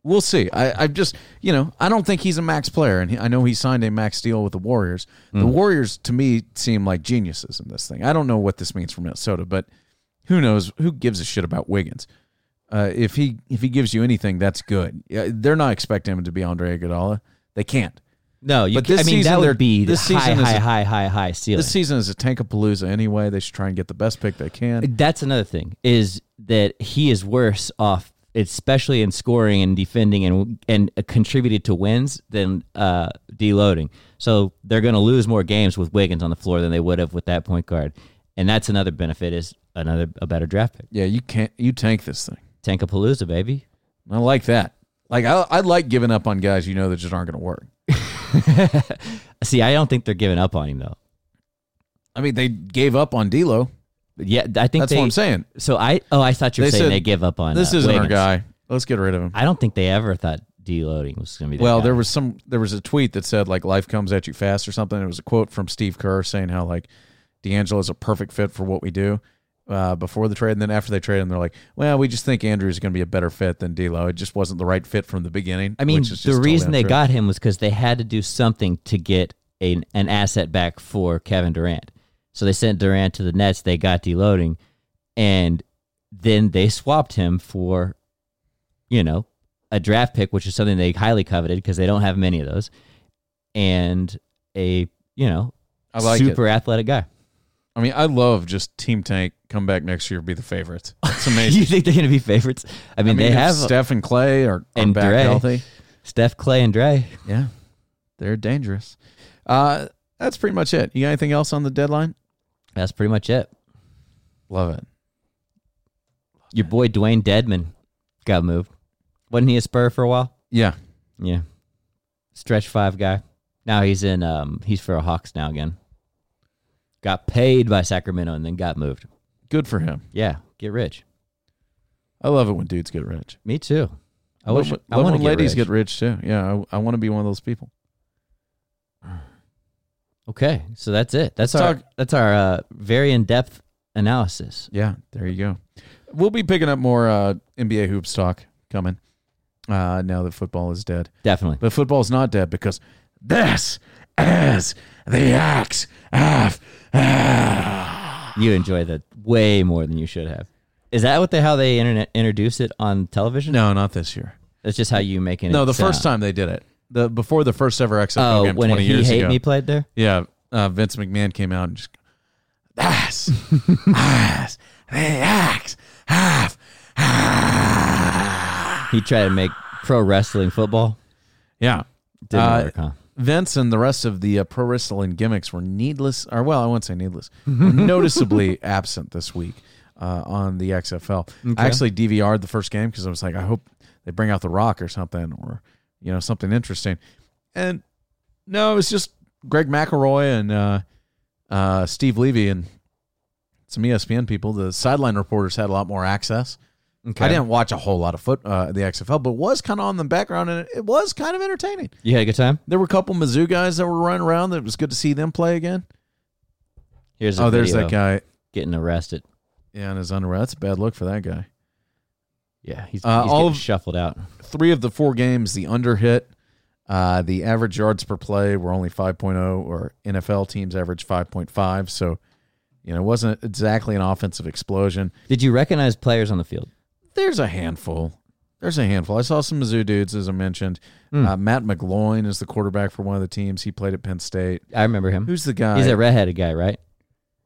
Speaker 1: we'll see. I, I just, you know, I don't think he's a max player, and he, I know he signed a max deal with the Warriors.
Speaker 2: Mm.
Speaker 1: The Warriors, to me, seem like geniuses in this thing. I don't know what this means for Minnesota, but who knows? Who gives a shit about Wiggins? Uh, if he if he gives you anything, that's good. Yeah, they're not expecting him to be Andre Iguodala. They can't.
Speaker 2: No, you,
Speaker 1: But
Speaker 2: ca-
Speaker 1: this
Speaker 2: I mean
Speaker 1: season
Speaker 2: that
Speaker 1: they're-
Speaker 2: would be the
Speaker 1: this
Speaker 2: high,
Speaker 1: season is
Speaker 2: high,
Speaker 1: a-
Speaker 2: high, high, high ceiling.
Speaker 1: This season is a tankapalooza anyway. They should try and get the best pick they can.
Speaker 2: That's another thing is that he is worse off, especially in scoring and defending and and uh, contributed to wins than uh, deloading. So they're going to lose more games with Wiggins on the floor than they would have with that point guard, and that's another benefit is another a better draft pick.
Speaker 1: Yeah, you can't. You tank this thing.
Speaker 2: Tankapalooza, baby.
Speaker 1: I like that. Like I, I like giving up on guys you know that just aren't going to work.
Speaker 2: See, I don't think they're giving up on him though.
Speaker 1: I mean, they gave up on D'Lo.
Speaker 2: Yeah, I think
Speaker 1: That's
Speaker 2: they,
Speaker 1: what I'm saying.
Speaker 2: So I oh I thought you were
Speaker 1: They
Speaker 2: saying
Speaker 1: said,
Speaker 2: they give up on
Speaker 1: This
Speaker 2: uh,
Speaker 1: isn't our
Speaker 2: Wiggins."
Speaker 1: guy. Let's get rid of him.
Speaker 2: I don't think they ever thought deloading was going to be. Their
Speaker 1: Well,
Speaker 2: guy.
Speaker 1: there was some. There was a tweet that said like "Life comes at you fast" or something. It was a quote from Steve Kerr saying how like D'Angelo is a perfect fit for what we do. Uh, before the trade, and then after they trade him, they're like, "Well, we just think Andrew is going to be a better fit than D'Lo. It just wasn't the right fit from the beginning."
Speaker 2: I mean,
Speaker 1: which is
Speaker 2: the
Speaker 1: just
Speaker 2: reason
Speaker 1: totally
Speaker 2: they
Speaker 1: untrue.
Speaker 2: got him was because they had to do something to get an an asset back for Kevin Durant. So they sent Durant to the Nets. They got deloading, and then they swapped him for, you know, a draft pick, which is something they highly coveted because they don't have many of those, and a you know
Speaker 1: I like it.
Speaker 2: super athletic guy.
Speaker 1: I mean, I love just Team Tank come back next year be the favorites. It's amazing.
Speaker 2: you think they're going to be favorites? I mean,
Speaker 1: I mean,
Speaker 2: they
Speaker 1: if
Speaker 2: have
Speaker 1: Steph and Clay are, are
Speaker 2: and
Speaker 1: back
Speaker 2: Dre.
Speaker 1: healthy.
Speaker 2: Steph, Clay, and Dre.
Speaker 1: Yeah, they're dangerous. Uh, that's pretty much it. You got anything else on the deadline?
Speaker 2: That's pretty much it.
Speaker 1: Love it.
Speaker 2: Your boy Dwayne Deadman got moved. Wasn't he a Spur for a while?
Speaker 1: Yeah,
Speaker 2: Yeah. Stretch five guy. Now he's in um he's for a Hawks now again. Got paid by Sacramento and then got moved.
Speaker 1: good for him.
Speaker 2: Yeah, get rich.
Speaker 1: I love it when dudes get rich.
Speaker 2: Me too. I
Speaker 1: Love
Speaker 2: wish
Speaker 1: when-
Speaker 2: I
Speaker 1: love
Speaker 2: want to
Speaker 1: when
Speaker 2: get
Speaker 1: ladies
Speaker 2: rich.
Speaker 1: get rich too. Yeah, I, I want to be one of those people.
Speaker 2: Okay, so that's it. That's
Speaker 1: Let's
Speaker 2: our
Speaker 1: talk-
Speaker 2: that's our uh, very in depth analysis.
Speaker 1: Yeah, there you go. We'll be picking up more uh, NBA hoops talk coming. Uh, now that football is dead,
Speaker 2: Definitely.
Speaker 1: but football's not dead because this is the X F.
Speaker 2: You enjoyed that way more than you should have. Is that what they how they internet introduced it on television?
Speaker 1: No, not this year.
Speaker 2: that's just how you make it.
Speaker 1: No, the first time they did it, the before the first ever XFL
Speaker 2: uh, Oh,
Speaker 1: game
Speaker 2: when
Speaker 1: twenty
Speaker 2: he
Speaker 1: years
Speaker 2: hate
Speaker 1: ago.
Speaker 2: me played there.
Speaker 1: Yeah, uh, Vince McMahon came out and just ass, ass, the axe, half, half.
Speaker 2: He tried to make pro wrestling football.
Speaker 1: Yeah,
Speaker 2: Didn't
Speaker 1: Uh,
Speaker 2: work, huh?
Speaker 1: Vince and the rest of the uh, pro wrestling gimmicks were needless, or well, I won't say needless, were noticeably absent this week uh, on the XFL. I actually DVR'd the first game because I was like, I hope they bring out The Rock or something, or you know something interesting. And no, it was just Greg McElroy and uh, uh, Steve Levy and some E ESPN people. The sideline reporters had a lot more access.
Speaker 2: Okay.
Speaker 1: I didn't watch a whole lot of foot uh, the XFL, but was kind of on the background, and it was kind of entertaining.
Speaker 2: You had a good time.
Speaker 1: There were a couple Mizzou guys that were running around. That it was good to see them play again.
Speaker 2: Here's a
Speaker 1: Oh, there's
Speaker 2: video
Speaker 1: that guy.
Speaker 2: getting arrested.
Speaker 1: Yeah, in his underwear. That's a bad look for that guy.
Speaker 2: Yeah, he's,
Speaker 1: Uh,
Speaker 2: he's
Speaker 1: all
Speaker 2: getting
Speaker 1: of-
Speaker 2: shuffled out.
Speaker 1: Three of the four games, the under hit. Uh, the average yards per play were only 5.0, or NFL teams average 5.5. So, you know, it wasn't exactly an offensive explosion.
Speaker 2: Did you recognize players on the field?
Speaker 1: There's a handful. There's a handful. I saw some Mizzou dudes, as I mentioned.
Speaker 2: Hmm.
Speaker 1: Uh, Matt McGloin is the quarterback for one of the teams. He played at Penn State.
Speaker 2: I remember him.
Speaker 1: Who's the guy?
Speaker 2: he's a redheaded guy, right?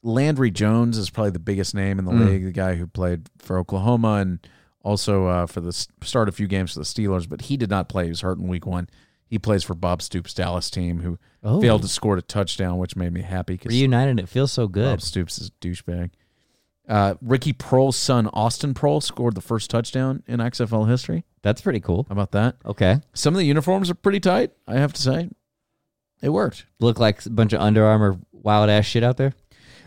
Speaker 1: Landry Jones is probably the biggest name in the
Speaker 2: Hmm.
Speaker 1: league, the guy who played for Oklahoma and also uh, for the s- start a few games for the Steelers, but he did not play. He was hurt in week one. He plays for Bob Stoops' Dallas team, who
Speaker 2: Oh.
Speaker 1: failed to score a touchdown, which made me happy because
Speaker 2: Reunited. It feels so good.
Speaker 1: Bob Stoops is a douchebag. Uh, Ricky Prohl's son, Austin Prohl, scored the first touchdown in XFL history.
Speaker 2: That's pretty cool.
Speaker 1: How about that?
Speaker 2: Okay.
Speaker 1: Some of the uniforms are pretty tight, I have to say. It worked.
Speaker 2: Look like a bunch of Under Armour wild ass shit out there.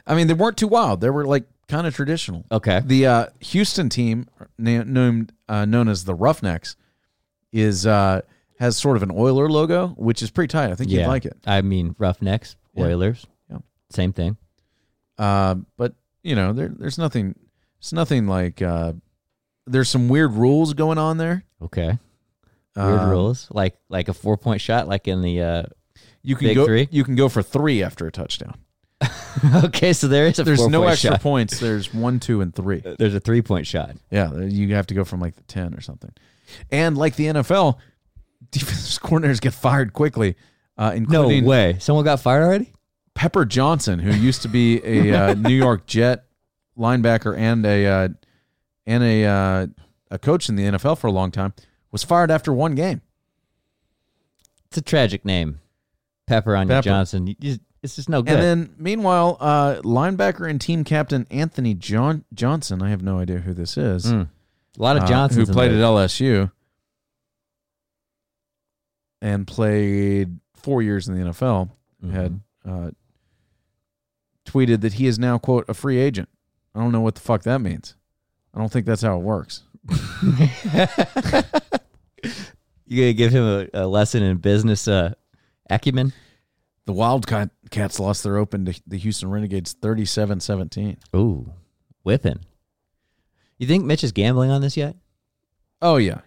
Speaker 1: I mean, they weren't too wild. They were like kind of traditional.
Speaker 2: Okay.
Speaker 1: The uh, Houston team, na- named uh, known as the Roughnecks, is uh, has sort of an Oiler logo, which is pretty tight. I think you'd like it.
Speaker 2: I mean, Roughnecks,
Speaker 1: Yeah.
Speaker 2: Oilers.
Speaker 1: Yeah.
Speaker 2: Same thing.
Speaker 1: Uh, but you know, there, there's nothing. It's nothing like. Uh, there's some weird rules going on there.
Speaker 2: Okay. Weird
Speaker 1: Uh,
Speaker 2: rules. Like like a four point shot, like in the uh
Speaker 1: You can
Speaker 2: Big
Speaker 1: go.
Speaker 2: three?
Speaker 1: You can go for three after a touchdown.
Speaker 2: Okay, so there is a
Speaker 1: There's
Speaker 2: four
Speaker 1: no
Speaker 2: point
Speaker 1: extra
Speaker 2: shot. Uh,
Speaker 1: points. There's one, two, and three.
Speaker 2: There's a three point shot.
Speaker 1: Yeah, you have to go from like the ten or something. And like the NFL, defensive coordinators get fired quickly, uh,
Speaker 2: No
Speaker 1: including
Speaker 2: way. Someone got fired already?
Speaker 1: Pepper Johnson, who used to be a uh, New York Jet linebacker and a uh, and a uh, a coach in the NFL for a long time, was fired after one game.
Speaker 2: It's a tragic name. Pepper on your
Speaker 1: Pepper.
Speaker 2: Johnson. You- you- It's just no good.
Speaker 1: And then, meanwhile, uh, linebacker and team captain Anthony John- Johnson. I have no idea who this is.
Speaker 2: Mm. a lot of
Speaker 1: uh,
Speaker 2: Johnsons
Speaker 1: who played
Speaker 2: in
Speaker 1: at
Speaker 2: there.
Speaker 1: LSU and played four years in the NFL,
Speaker 2: Mm-hmm.
Speaker 1: had uh, tweeted that he is now quote a free agent. I don't know what the fuck that means. I don't think that's how it works.
Speaker 2: You gonna give him a, a lesson in business uh, acumen?
Speaker 1: The Wildcats lost their open to the Houston Renegades 37-17.
Speaker 2: Ooh, whipping. You think Mitch is gambling on this yet?
Speaker 1: Oh yeah.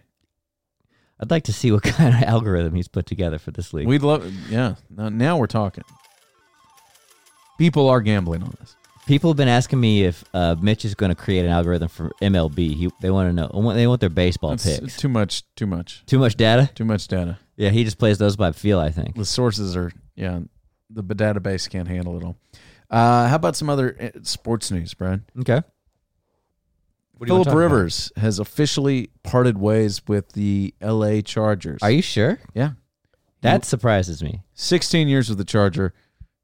Speaker 2: I'd like to see what kind of algorithm he's put together for this league.
Speaker 1: We'd love yeah. Now, now we're talking. People are gambling on this.
Speaker 2: People have been asking me if uh, Mitch is going to create an algorithm for MLB. He, they want to know. I want- They want their baseball
Speaker 1: That's
Speaker 2: picks.
Speaker 1: too much, too much.
Speaker 2: Too much data.
Speaker 1: Too much data.
Speaker 2: Yeah, he just plays those by feel. I think.
Speaker 1: The sources are yeah, the b- database can't handle it all. Uh, how about some other eh, sports news, Brad?
Speaker 2: Okay. What do you
Speaker 1: Philip
Speaker 2: wanna talk about?
Speaker 1: Rivers has officially parted ways with the LA Chargers.
Speaker 2: Are you sure?
Speaker 1: Yeah.
Speaker 2: That surprises me.
Speaker 1: 16 years with the Charger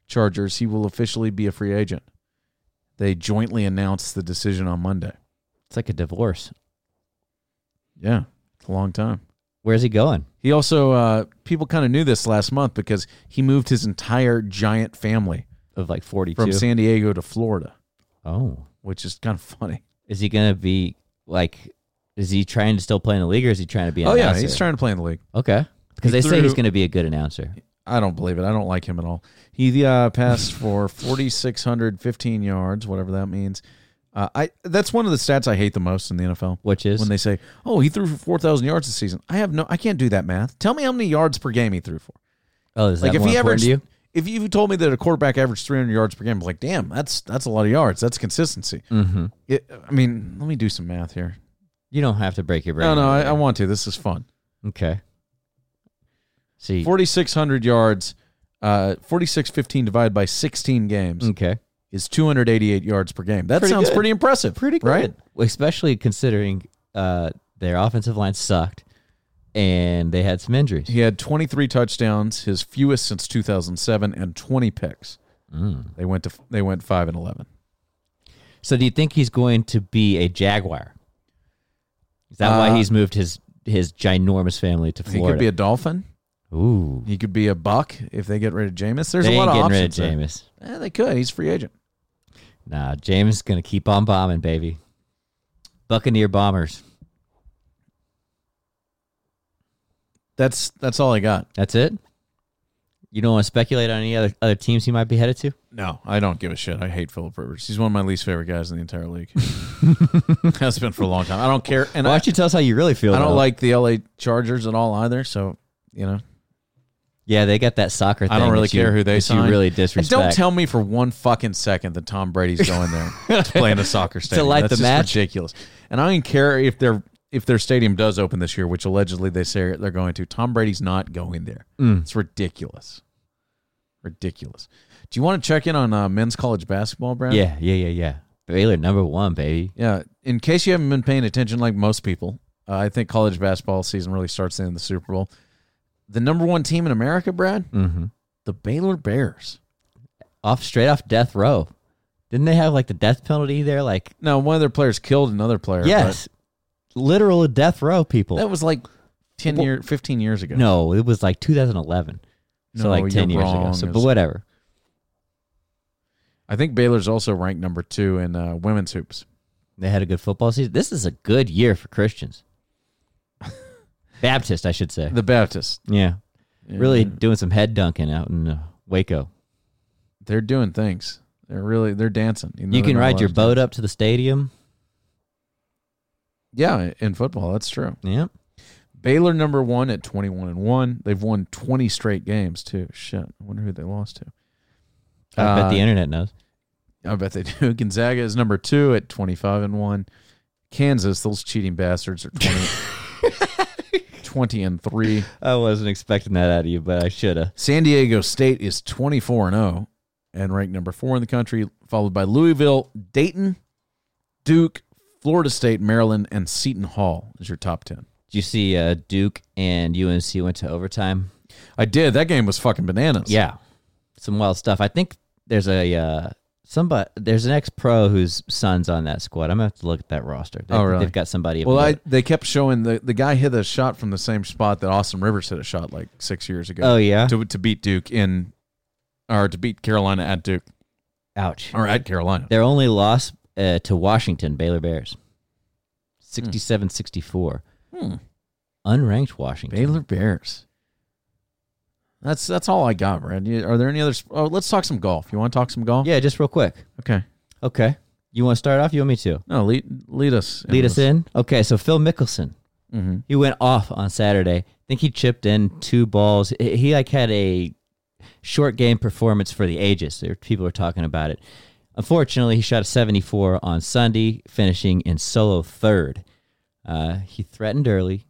Speaker 1: Chargers, he will officially be a free agent. They jointly announced the decision on Monday.
Speaker 2: It's like a divorce.
Speaker 1: Yeah. It's a long time.
Speaker 2: Where's he going?
Speaker 1: He also uh, people kind of knew this last month because he moved his entire giant family
Speaker 2: Of like forty-two.
Speaker 1: from San Diego to Florida,
Speaker 2: oh,
Speaker 1: which is kind of funny.
Speaker 2: is he going to be like Is he trying to still play in the league, or is he trying to be? An
Speaker 1: oh yeah,
Speaker 2: announcer?
Speaker 1: he's trying to play in the league.
Speaker 2: Okay, because
Speaker 1: He
Speaker 2: they say he's
Speaker 1: threw-
Speaker 2: going to be a good announcer.
Speaker 1: I don't believe it. I don't like him at all. He uh, passed for 4,615 yards, whatever that means. Uh, I that's one of the stats I hate the most in the NFL.
Speaker 2: Which is
Speaker 1: When they say, "Oh, he threw for 4,000 yards this season," I have no, I can't do that math. Tell me how many yards per game he threw for.
Speaker 2: oh, is
Speaker 1: Like
Speaker 2: that
Speaker 1: if
Speaker 2: more
Speaker 1: he
Speaker 2: important
Speaker 1: averaged,
Speaker 2: to you?
Speaker 1: if you told me that a quarterback averaged 300 yards per game, I'm like, damn, that's that's a lot of yards. That's consistency.
Speaker 2: Mm-hmm.
Speaker 1: It, I mean, let me do some math here.
Speaker 2: You don't have to break your brain.
Speaker 1: No, no,
Speaker 2: over
Speaker 1: I,
Speaker 2: there.
Speaker 1: I want to. This is fun.
Speaker 2: Okay. See.
Speaker 1: 4,600 yards, uh, 4,615 divided by 16 games.
Speaker 2: okay.
Speaker 1: is 288 yards per game. That
Speaker 2: Mm. Pretty
Speaker 1: sounds
Speaker 2: good.
Speaker 1: pretty impressive. Pretty Right?
Speaker 2: Especially considering uh, their offensive line sucked, and they had some injuries.
Speaker 1: He had 23 touchdowns, his fewest since 2007, and 20 picks.
Speaker 2: Mm.
Speaker 1: They went to they went five and 11.
Speaker 2: So, do you think he's going to be a Jaguar? Is that
Speaker 1: Uh,
Speaker 2: why he's moved his his ginormous family to
Speaker 1: He could
Speaker 2: Florida?
Speaker 1: be a Dolphin.
Speaker 2: Ooh,
Speaker 1: He could be a Buck if they get rid of Jameis. There's
Speaker 2: they
Speaker 1: a lot
Speaker 2: ain't
Speaker 1: of
Speaker 2: getting
Speaker 1: options.
Speaker 2: rid of
Speaker 1: there.
Speaker 2: Jameis.
Speaker 1: Eh, they could. He's free agent.
Speaker 2: Nah, Jameis is gonna keep on bombing, baby. Buccaneer bombers.
Speaker 1: That's that's all I got.
Speaker 2: That's it. You don't want to speculate on any other other teams he might be headed to.
Speaker 1: No, I don't give a shit. I hate Philip Rivers. He's one of my least favorite guys in the entire league. Has been for a long time. I don't care, and
Speaker 2: Why
Speaker 1: I,
Speaker 2: don't you tell us how you really feel?
Speaker 1: I don't
Speaker 2: though?
Speaker 1: like the LA Chargers at all either. So you know,
Speaker 2: Yeah, they got that soccer. thing
Speaker 1: I don't really
Speaker 2: that you-
Speaker 1: care who they
Speaker 2: that
Speaker 1: sign.
Speaker 2: You really
Speaker 1: And
Speaker 2: disrespect.
Speaker 1: don't tell me for one fucking second that Tom Brady's going there to play in a soccer stadium.
Speaker 2: light
Speaker 1: That's
Speaker 2: the
Speaker 1: just
Speaker 2: match?
Speaker 1: ridiculous. And I don't care if their if their stadium does open this year, which allegedly they say they're going to. Tom Brady's not going there.
Speaker 2: Mm.
Speaker 1: It's ridiculous. Ridiculous. Do you want to check in on uh, men's college basketball, Brad?
Speaker 2: Yeah, yeah, yeah, yeah. Baylor number one, baby.
Speaker 1: Yeah. In case you haven't been paying attention, like most people, uh, I think college basketball season really starts in the Super Bowl. The number one team in America, Brad,
Speaker 2: Mm-hmm.
Speaker 1: the Baylor Bears.
Speaker 2: Off straight off death row. Didn't they have like the death penalty there? Like
Speaker 1: Now, one of their players killed another player. but-
Speaker 2: yes, literal death row people.
Speaker 1: That was like 10 year 15 years ago.
Speaker 2: no, it was like 2011. So
Speaker 1: No,
Speaker 2: like 10
Speaker 1: you're
Speaker 2: years ago.
Speaker 1: wrong.
Speaker 2: So, but
Speaker 1: It's-
Speaker 2: whatever.
Speaker 1: I think Baylor's also ranked number 2 in uh, women's hoops.
Speaker 2: They had a good football season. This is a good year for Christians. Baptist, I should say.
Speaker 1: The Baptists.
Speaker 2: yeah.
Speaker 1: Yeah.
Speaker 2: Really doing some head dunking out in uh, Waco.
Speaker 1: they're doing things. They're really they're dancing. even though
Speaker 2: You can
Speaker 1: they're not
Speaker 2: ride your
Speaker 1: allowed
Speaker 2: boat up to the stadium.
Speaker 1: to. Yeah, in football, that's true.
Speaker 2: Yep.
Speaker 1: Baylor number 1 at 21 and 1. They've won 20 straight games too. Shit. I wonder who they lost to.
Speaker 2: I
Speaker 1: Uh,
Speaker 2: bet the internet knows.
Speaker 1: I bet they do. Gonzaga is number 2 at 25 and 1. Kansas, those cheating bastards are 20, 20 and 3.
Speaker 2: I wasn't expecting that out of you, but I should have.
Speaker 1: San Diego State is 24 and 0 and ranked number 4 in the country, followed by Louisville, Dayton, Duke, Florida State, Maryland, and Seton Hall is your top 10.
Speaker 2: Did you see uh, Duke and UNC went to overtime?
Speaker 1: I did. That game was fucking bananas.
Speaker 2: Yeah, some wild stuff. I think there's a uh, somebody there's an ex pro whose son's on that squad. I'm gonna have to look at that roster. They,
Speaker 1: Oh, really?
Speaker 2: They've got somebody.
Speaker 1: Well, I,
Speaker 2: about-
Speaker 1: they kept showing the, the guy hit a shot from the same spot that Austin Rivers hit a shot like six years ago
Speaker 2: oh yeah.
Speaker 1: to, to beat Duke in, or to beat Carolina at Duke,
Speaker 2: Ouch.
Speaker 1: or at Carolina.
Speaker 2: Their only loss uh, to Washington Baylor Bears, 67-64.
Speaker 1: Hmm.
Speaker 2: Unranked Washington.
Speaker 1: Baylor Bears. That's that's all I got, Brad. You- Are there any others? Oh, let's talk some golf. You want to talk some golf?
Speaker 2: Yeah, just real quick.
Speaker 1: Okay.
Speaker 2: Okay, you want to start off? You want me to
Speaker 1: No, lead lead us.
Speaker 2: lead us in? Okay, so Phil Mickelson.
Speaker 1: Mm-hmm.
Speaker 2: He went off on Saturday. I think he chipped in two balls. He he, like had a short game performance for the ages. There, people were talking about it. Unfortunately, he shot a 74 on Sunday, finishing in solo third. Uh, he threatened early.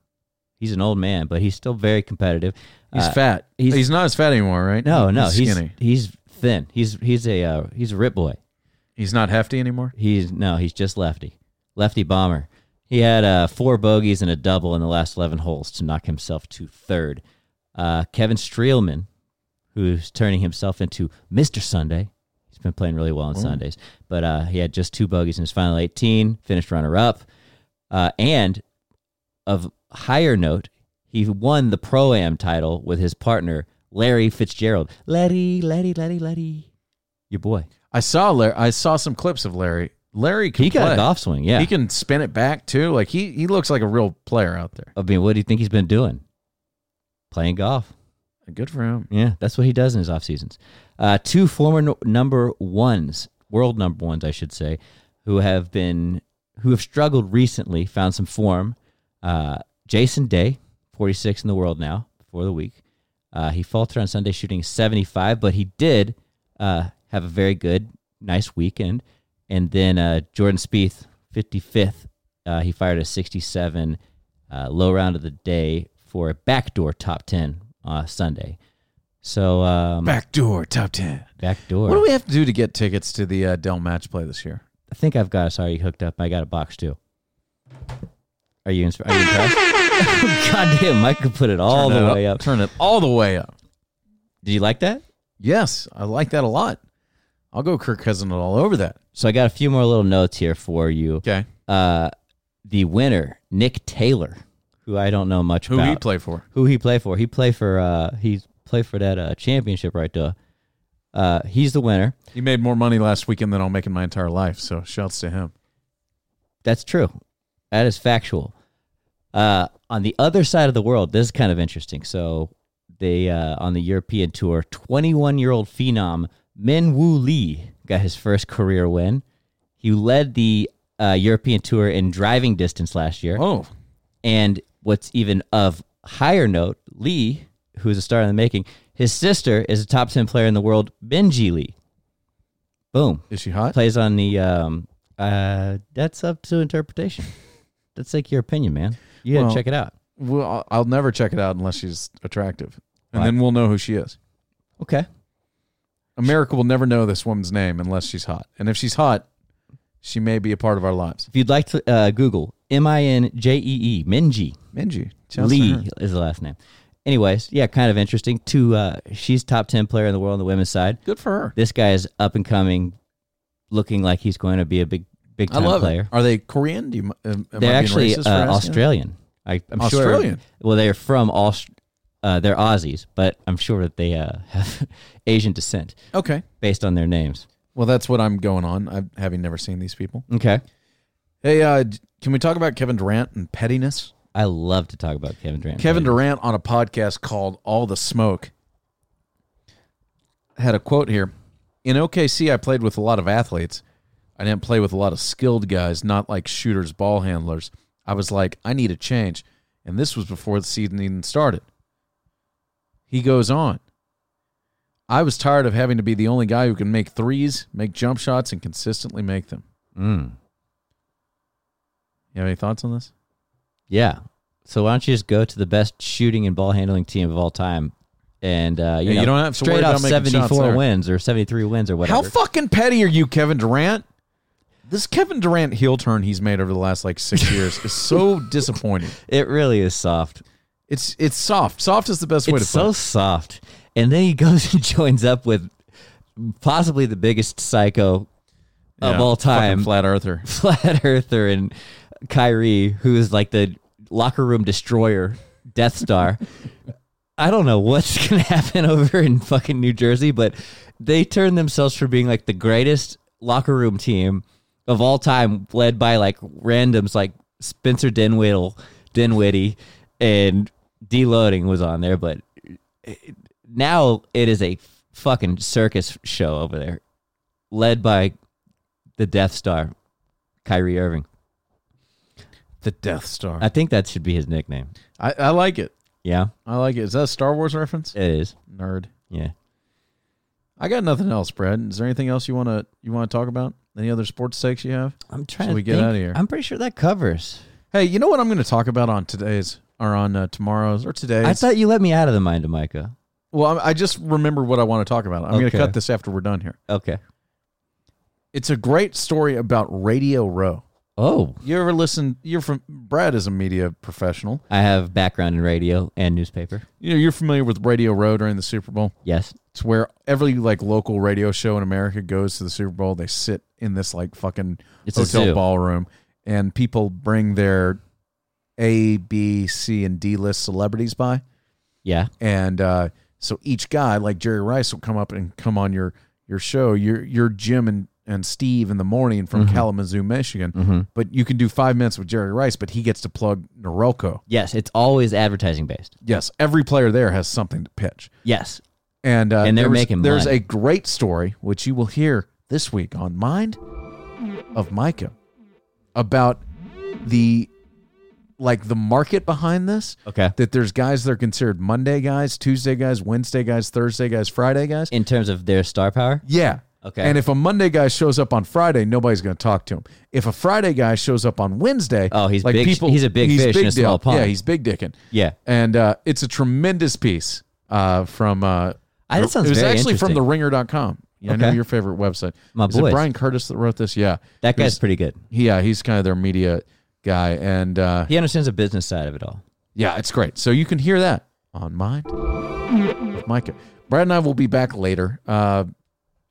Speaker 2: He's an old man, but he's still very competitive.
Speaker 1: He's
Speaker 2: Uh,
Speaker 1: fat. He's,
Speaker 2: he's-
Speaker 1: not as fat anymore, right?
Speaker 2: No, no,
Speaker 1: he's,
Speaker 2: he's
Speaker 1: skinny.
Speaker 2: he's, thin. He's he's a uh, he's a rip boy.
Speaker 1: He's not hefty anymore.
Speaker 2: He's no, he's just lefty, lefty bomber. He had uh, four bogeys and a double in the last eleven holes to knock himself to third. Uh, Kevin Streelman, who's turning himself into Mister Sunday, he's been playing really
Speaker 1: Oh.
Speaker 2: well on Sundays, but uh, he had just two bogeys in his final eighteen, finished runner up, uh, and of higher note, he won the pro am title with his partner Larry Fitzgerald. Larry, Larry, Larry, Larry, your boy.
Speaker 1: I saw Larry. I saw some clips of Larry Larry can
Speaker 2: He got
Speaker 1: play.
Speaker 2: a golf swing. Yeah.
Speaker 1: He can spin it back too. Like he he looks like a real player out there.
Speaker 2: I mean, what do you think he's been doing? Playing golf.
Speaker 1: Good for him.
Speaker 2: Yeah, that's what he does in his off seasons. Uh, two former no- number ones, world number ones, I should say, who have been who have struggled recently, found some form. Uh, Jason Day, forty six in the world now, before the week, uh, he faltered on Sunday, shooting seventy five, but he did uh, have a very good, nice weekend. And then uh, Jordan Spieth, fifty fifth, uh, he fired a sixty seven, uh, low round of the day for a backdoor top ten uh, Sunday. So um, back,
Speaker 1: Back door top ten.
Speaker 2: door.
Speaker 1: What do we have to do to get tickets to the uh, Dell Match Play this year?
Speaker 2: I think I've got us already hooked up. I got a box too. Are you, ins- are you impressed? God damn, Mike could put it all
Speaker 1: Turn
Speaker 2: the
Speaker 1: it
Speaker 2: way up.
Speaker 1: Turn it all the way up.
Speaker 2: Did you like that?
Speaker 1: Yes, I like that a lot. I'll go Kirk Cousin all over that.
Speaker 2: So I got a few more little notes here for you.
Speaker 1: Okay.
Speaker 2: Uh, the winner, Nick Taylor, who I don't know much
Speaker 1: Who
Speaker 2: about.
Speaker 1: he play for?
Speaker 2: who he play for. He play for uh, he played for that uh, championship right there. Uh, he's the winner.
Speaker 1: He made more money last weekend than I'll make in my entire life. So shouts to him.
Speaker 2: That's true. That is factual. Uh, on the other side of the world, this is kind of interesting. So they uh, on the European tour, 21 year old phenom Min Woo Lee got his first career win. He led the uh, European tour in driving distance last year.
Speaker 1: Oh,
Speaker 2: And what's even of higher note, Lee, who is a star in the making, his sister is a top 10 player in the world, Benji Lee. Boom
Speaker 1: is she hot?
Speaker 2: plays on the um uh that's up to interpretation that's like your opinion man you gotta
Speaker 1: Well-
Speaker 2: check it out
Speaker 1: Well, I'll- I'll never check it out unless she's attractive, and
Speaker 2: Right.
Speaker 1: then we'll know who she is.
Speaker 2: okay
Speaker 1: America will never know this woman's name unless she's hot, and if she's hot, she may be a part of our lives.
Speaker 2: if you'd like to uh google m-i-n-j-e-e E minji
Speaker 1: Minji shouts to her.
Speaker 2: lee is the last name anyways yeah kind of interesting to uh she's top 10 player in the world on the women's side
Speaker 1: good for her.
Speaker 2: this guy is up and coming looking like he's going to be a big big
Speaker 1: I
Speaker 2: time
Speaker 1: love
Speaker 2: player
Speaker 1: it. Are they Korean? Do you, am- am I being
Speaker 2: they're actually
Speaker 1: racist for
Speaker 2: uh,
Speaker 1: asking?
Speaker 2: Australian. I, I'm
Speaker 1: Australian?
Speaker 2: sure. Well, they're from Aust. Uh, they're Aussies, but I'm sure that they uh, have Asian descent
Speaker 1: Okay.
Speaker 2: based on their names.
Speaker 1: Well, that's what I'm going on. I having never seen these people.
Speaker 2: Okay.
Speaker 1: Hey, uh, d- can we talk about Kevin Durant and pettiness?
Speaker 2: I love to talk about Kevin Durant.
Speaker 1: Kevin Durant on a podcast called All the Smoke had a quote here. In OKC, I played with a lot of athletes. I didn't play with a lot of skilled guys, not like shooters, ball handlers. I was like, I need a change. And this was before the season even started. He goes on. I was tired of having to be the only guy who can make threes, make jump shots, and consistently make them.
Speaker 2: Mm.
Speaker 1: You have any thoughts on this?
Speaker 2: Yeah. So why don't you just go to the best shooting and ball handling team of all time, and uh, you,
Speaker 1: Yeah, you
Speaker 2: know,
Speaker 1: don't have to
Speaker 2: straight
Speaker 1: worry
Speaker 2: off
Speaker 1: about making shots there.
Speaker 2: seventy-four wins or seventy-three wins or whatever.
Speaker 1: How fucking petty are you, Kevin Durant? This Kevin Durant heel turn he's made over the last like six years is so disappointing.
Speaker 2: it really is soft.
Speaker 1: It's it's soft. Soft is the best way to
Speaker 2: it's so
Speaker 1: put
Speaker 2: soft. And then he goes and joins up with possibly the biggest psycho
Speaker 1: it. Yeah,
Speaker 2: of all
Speaker 1: fucking
Speaker 2: time,
Speaker 1: flat earther.
Speaker 2: flat earther, and Kyrie, who is like the locker room destroyer, Death Star. I don't know what's gonna happen over in fucking New Jersey, but they turned themselves for being like the greatest locker room team of all time, led by like randoms like Spencer Dinwiddle, Dinwiddie, and Deloading was on there, but eh, now it is a fucking circus show over there, led by the Death Star, Kyrie Irving.
Speaker 1: The Death Star.
Speaker 2: I think that should be his nickname.
Speaker 1: I, I like it.
Speaker 2: Yeah,
Speaker 1: I like it. Is that a Star Wars reference?
Speaker 2: it is.
Speaker 1: Nerd.
Speaker 2: Yeah.
Speaker 1: I got nothing else, Brad. Is there anything else you wanna you wanna talk about? Any other sports takes you have?
Speaker 2: I'm trying
Speaker 1: Shall
Speaker 2: to
Speaker 1: we get
Speaker 2: think.
Speaker 1: outta here?
Speaker 2: I'm pretty sure that covers.
Speaker 1: Hey, you know what I'm gonna talk about on today's or on uh, tomorrow's or today's?
Speaker 2: I thought you let me out of the mind of Micah.
Speaker 1: well, I I just remember what I want to talk about. I'm
Speaker 2: Okay.
Speaker 1: gonna cut this after we're done here.
Speaker 2: Okay.
Speaker 1: It's a great story about Radio Row.
Speaker 2: Oh,
Speaker 1: You ever listen? You're from Brad is a media professional.
Speaker 2: I have background in radio and newspaper.
Speaker 1: You know you're familiar with Radio Row during the Super Bowl.
Speaker 2: Yes.
Speaker 1: It's where every like local radio show in America goes to the Super Bowl. They sit in this like fucking
Speaker 2: It's a zoo.
Speaker 1: hotel ballroom, and people bring their A, B, C, and D list celebrities by,
Speaker 2: Yeah.
Speaker 1: and uh, so each guy like Jerry Rice will come up and come on your your show. Your your Jim and and Steve in the morning from
Speaker 2: Mm-hmm.
Speaker 1: Kalamazoo, Michigan. But you can do five minutes with Jerry Rice, but he gets to plug Norelco.
Speaker 2: Yes, it's always advertising based.
Speaker 1: Yes, every player there has something to pitch,
Speaker 2: Yes.
Speaker 1: and uh,
Speaker 2: And they're
Speaker 1: there was-
Speaker 2: making
Speaker 1: There's
Speaker 2: money.
Speaker 1: a great story which you will hear this week on Mind of Micah about the like the market behind this.
Speaker 2: Okay.
Speaker 1: That there's guys that are considered Monday guys, Tuesday guys, Wednesday guys, Thursday guys, Friday guys.
Speaker 2: In terms of their star power?
Speaker 1: Yeah.
Speaker 2: Okay.
Speaker 1: And if a Monday guy shows up on Friday, nobody's going to talk to him. If a Friday guy shows up on Wednesday,
Speaker 2: Oh, he's big- he's a big fish in a small
Speaker 1: dick-
Speaker 2: pond.
Speaker 1: Yeah, he's big dicking.
Speaker 2: Yeah.
Speaker 1: And uh, it's a tremendous piece uh, from. Uh,
Speaker 2: Ah, that sounds
Speaker 1: It was
Speaker 2: very
Speaker 1: actually from the
Speaker 2: interesting.
Speaker 1: Ringer.com. I know
Speaker 2: Okay.
Speaker 1: your favorite website.
Speaker 2: My
Speaker 1: Is it
Speaker 2: boys.
Speaker 1: Brian Curtis that wrote this? Yeah.
Speaker 2: That
Speaker 1: It
Speaker 2: guy's
Speaker 1: was-
Speaker 2: pretty good.
Speaker 1: Yeah, he's kind of their media guy. And uh,
Speaker 2: He understands the business side of it all.
Speaker 1: yeah, it's great. So you can hear that on Mind with Micah. Brad and I will be back later. Uh,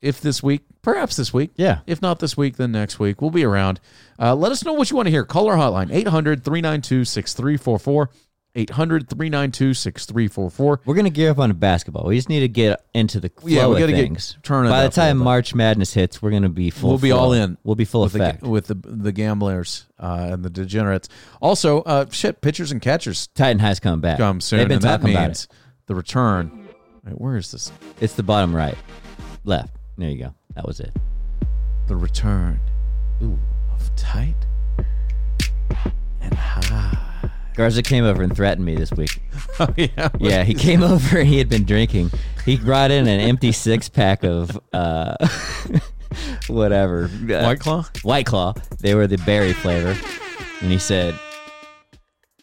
Speaker 1: if this week, perhaps this week.
Speaker 2: Yeah.
Speaker 1: If not this week, then next week. We'll be around. Uh, let us know what you want to hear. Call our hotline, 800 392 6344. 800 392 6344.
Speaker 2: We're gonna gear up on basketball. We just need to get into the flow
Speaker 1: Yeah, we
Speaker 2: of
Speaker 1: gotta get-
Speaker 2: things.
Speaker 1: turn it
Speaker 2: By
Speaker 1: up a
Speaker 2: the time
Speaker 1: little bit.
Speaker 2: March Madness hits, we're gonna be full.
Speaker 1: We'll be
Speaker 2: flow.
Speaker 1: all in
Speaker 2: Well be full
Speaker 1: with the,
Speaker 2: effect.
Speaker 1: with the the gamblers uh, and the degenerates. Also, uh, shit, pitchers and catchers
Speaker 2: Titan High's coming back.
Speaker 1: come soon.
Speaker 2: They've been
Speaker 1: and that
Speaker 2: talking
Speaker 1: means
Speaker 2: about it.
Speaker 1: the return. Wait, where is this?
Speaker 2: It's the bottom right, left. There you go. That was it.
Speaker 1: The return of tight and high.
Speaker 2: Garza came over and threatened me this week.
Speaker 1: Oh, yeah.
Speaker 2: Yeah, he came over. He had been drinking. He brought in an empty six pack of uh, whatever uh,
Speaker 1: White Claw?
Speaker 2: White Claw. They were the berry flavor, and he said,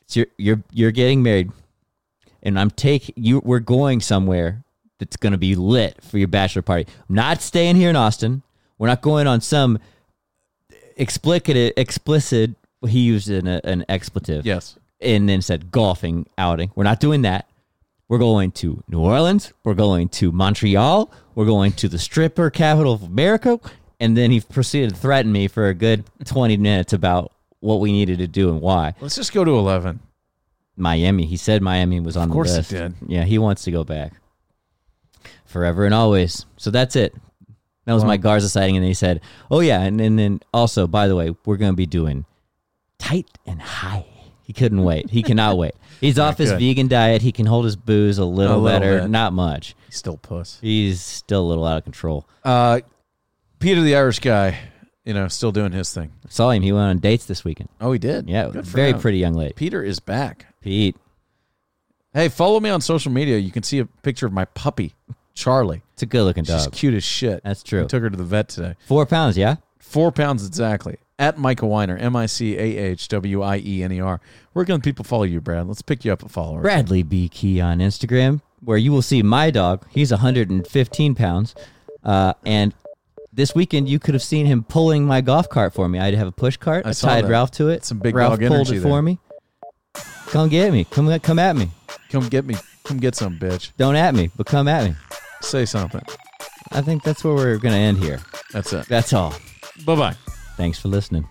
Speaker 2: "It's your- "You're you're getting married, and I'm taking you. We're going somewhere that's going to be lit for your bachelor party. I'm not staying here in Austin. We're not going on some explicit explicit. He used an, uh, an expletive
Speaker 1: Yes.
Speaker 2: and then said golfing outing. We're not doing that. We're going to New Orleans. We're going to Montreal. We're going to the stripper capital of America. And then he proceeded to threaten me for a good 20 minutes about what we needed to do and why.
Speaker 1: Let's just go to 11.
Speaker 2: Miami. He said Miami was on
Speaker 1: Of course
Speaker 2: the
Speaker 1: he
Speaker 2: list.
Speaker 1: did.
Speaker 2: Yeah, he wants to go back forever and always. So that's it. That was my Garza sighting, and then he said, "Oh yeah," and, and then also, by the way, we're gonna be doing tight and high. He couldn't wait. He cannot wait. He's off his
Speaker 1: good.
Speaker 2: vegan diet. He can hold his booze a little,
Speaker 1: little
Speaker 2: better,
Speaker 1: bit.
Speaker 2: not much.
Speaker 1: He's still puss.
Speaker 2: He's still a little out of control.
Speaker 1: Uh, Peter the Irish guy, you know, still doing his thing.
Speaker 2: Saw him. He went on dates this weekend.
Speaker 1: Oh, he did?
Speaker 2: Yeah,
Speaker 1: Good for
Speaker 2: very
Speaker 1: him.
Speaker 2: pretty young lady.
Speaker 1: Peter is back.
Speaker 2: Pete,
Speaker 1: Hey, follow me on social media. You can see a picture of my puppy, Charlie.
Speaker 2: it's a good-looking
Speaker 1: She's
Speaker 2: dog.
Speaker 1: cute as shit.
Speaker 2: That's true.
Speaker 1: I took her to the vet today.
Speaker 2: Four pounds, yeah.
Speaker 1: Four pounds exactly. At Micah Weiner, M I C A H W I E N E R. Where can people follow you, Brad? Let's pick you up a follower.
Speaker 2: Bradley B. Key on Instagram, where you will see my dog. He's 115 pounds. Uh, and this weekend, you could have seen him pulling my golf cart for me. I'd have a push cart.
Speaker 1: I
Speaker 2: I,
Speaker 1: saw
Speaker 2: tied
Speaker 1: that.
Speaker 2: Ralph to it.
Speaker 1: Some big
Speaker 2: Ralph
Speaker 1: dog
Speaker 2: pulled
Speaker 1: energy
Speaker 2: it
Speaker 1: there.
Speaker 2: for me. Come get me. Come come at me.
Speaker 1: Come get me. Come get some, bitch.
Speaker 2: Don't at me, but come at me.
Speaker 1: Say something.
Speaker 2: I think that's where we're going to end here.
Speaker 1: That's it.
Speaker 2: That's all.
Speaker 1: Bye bye.
Speaker 2: Thanks for listening.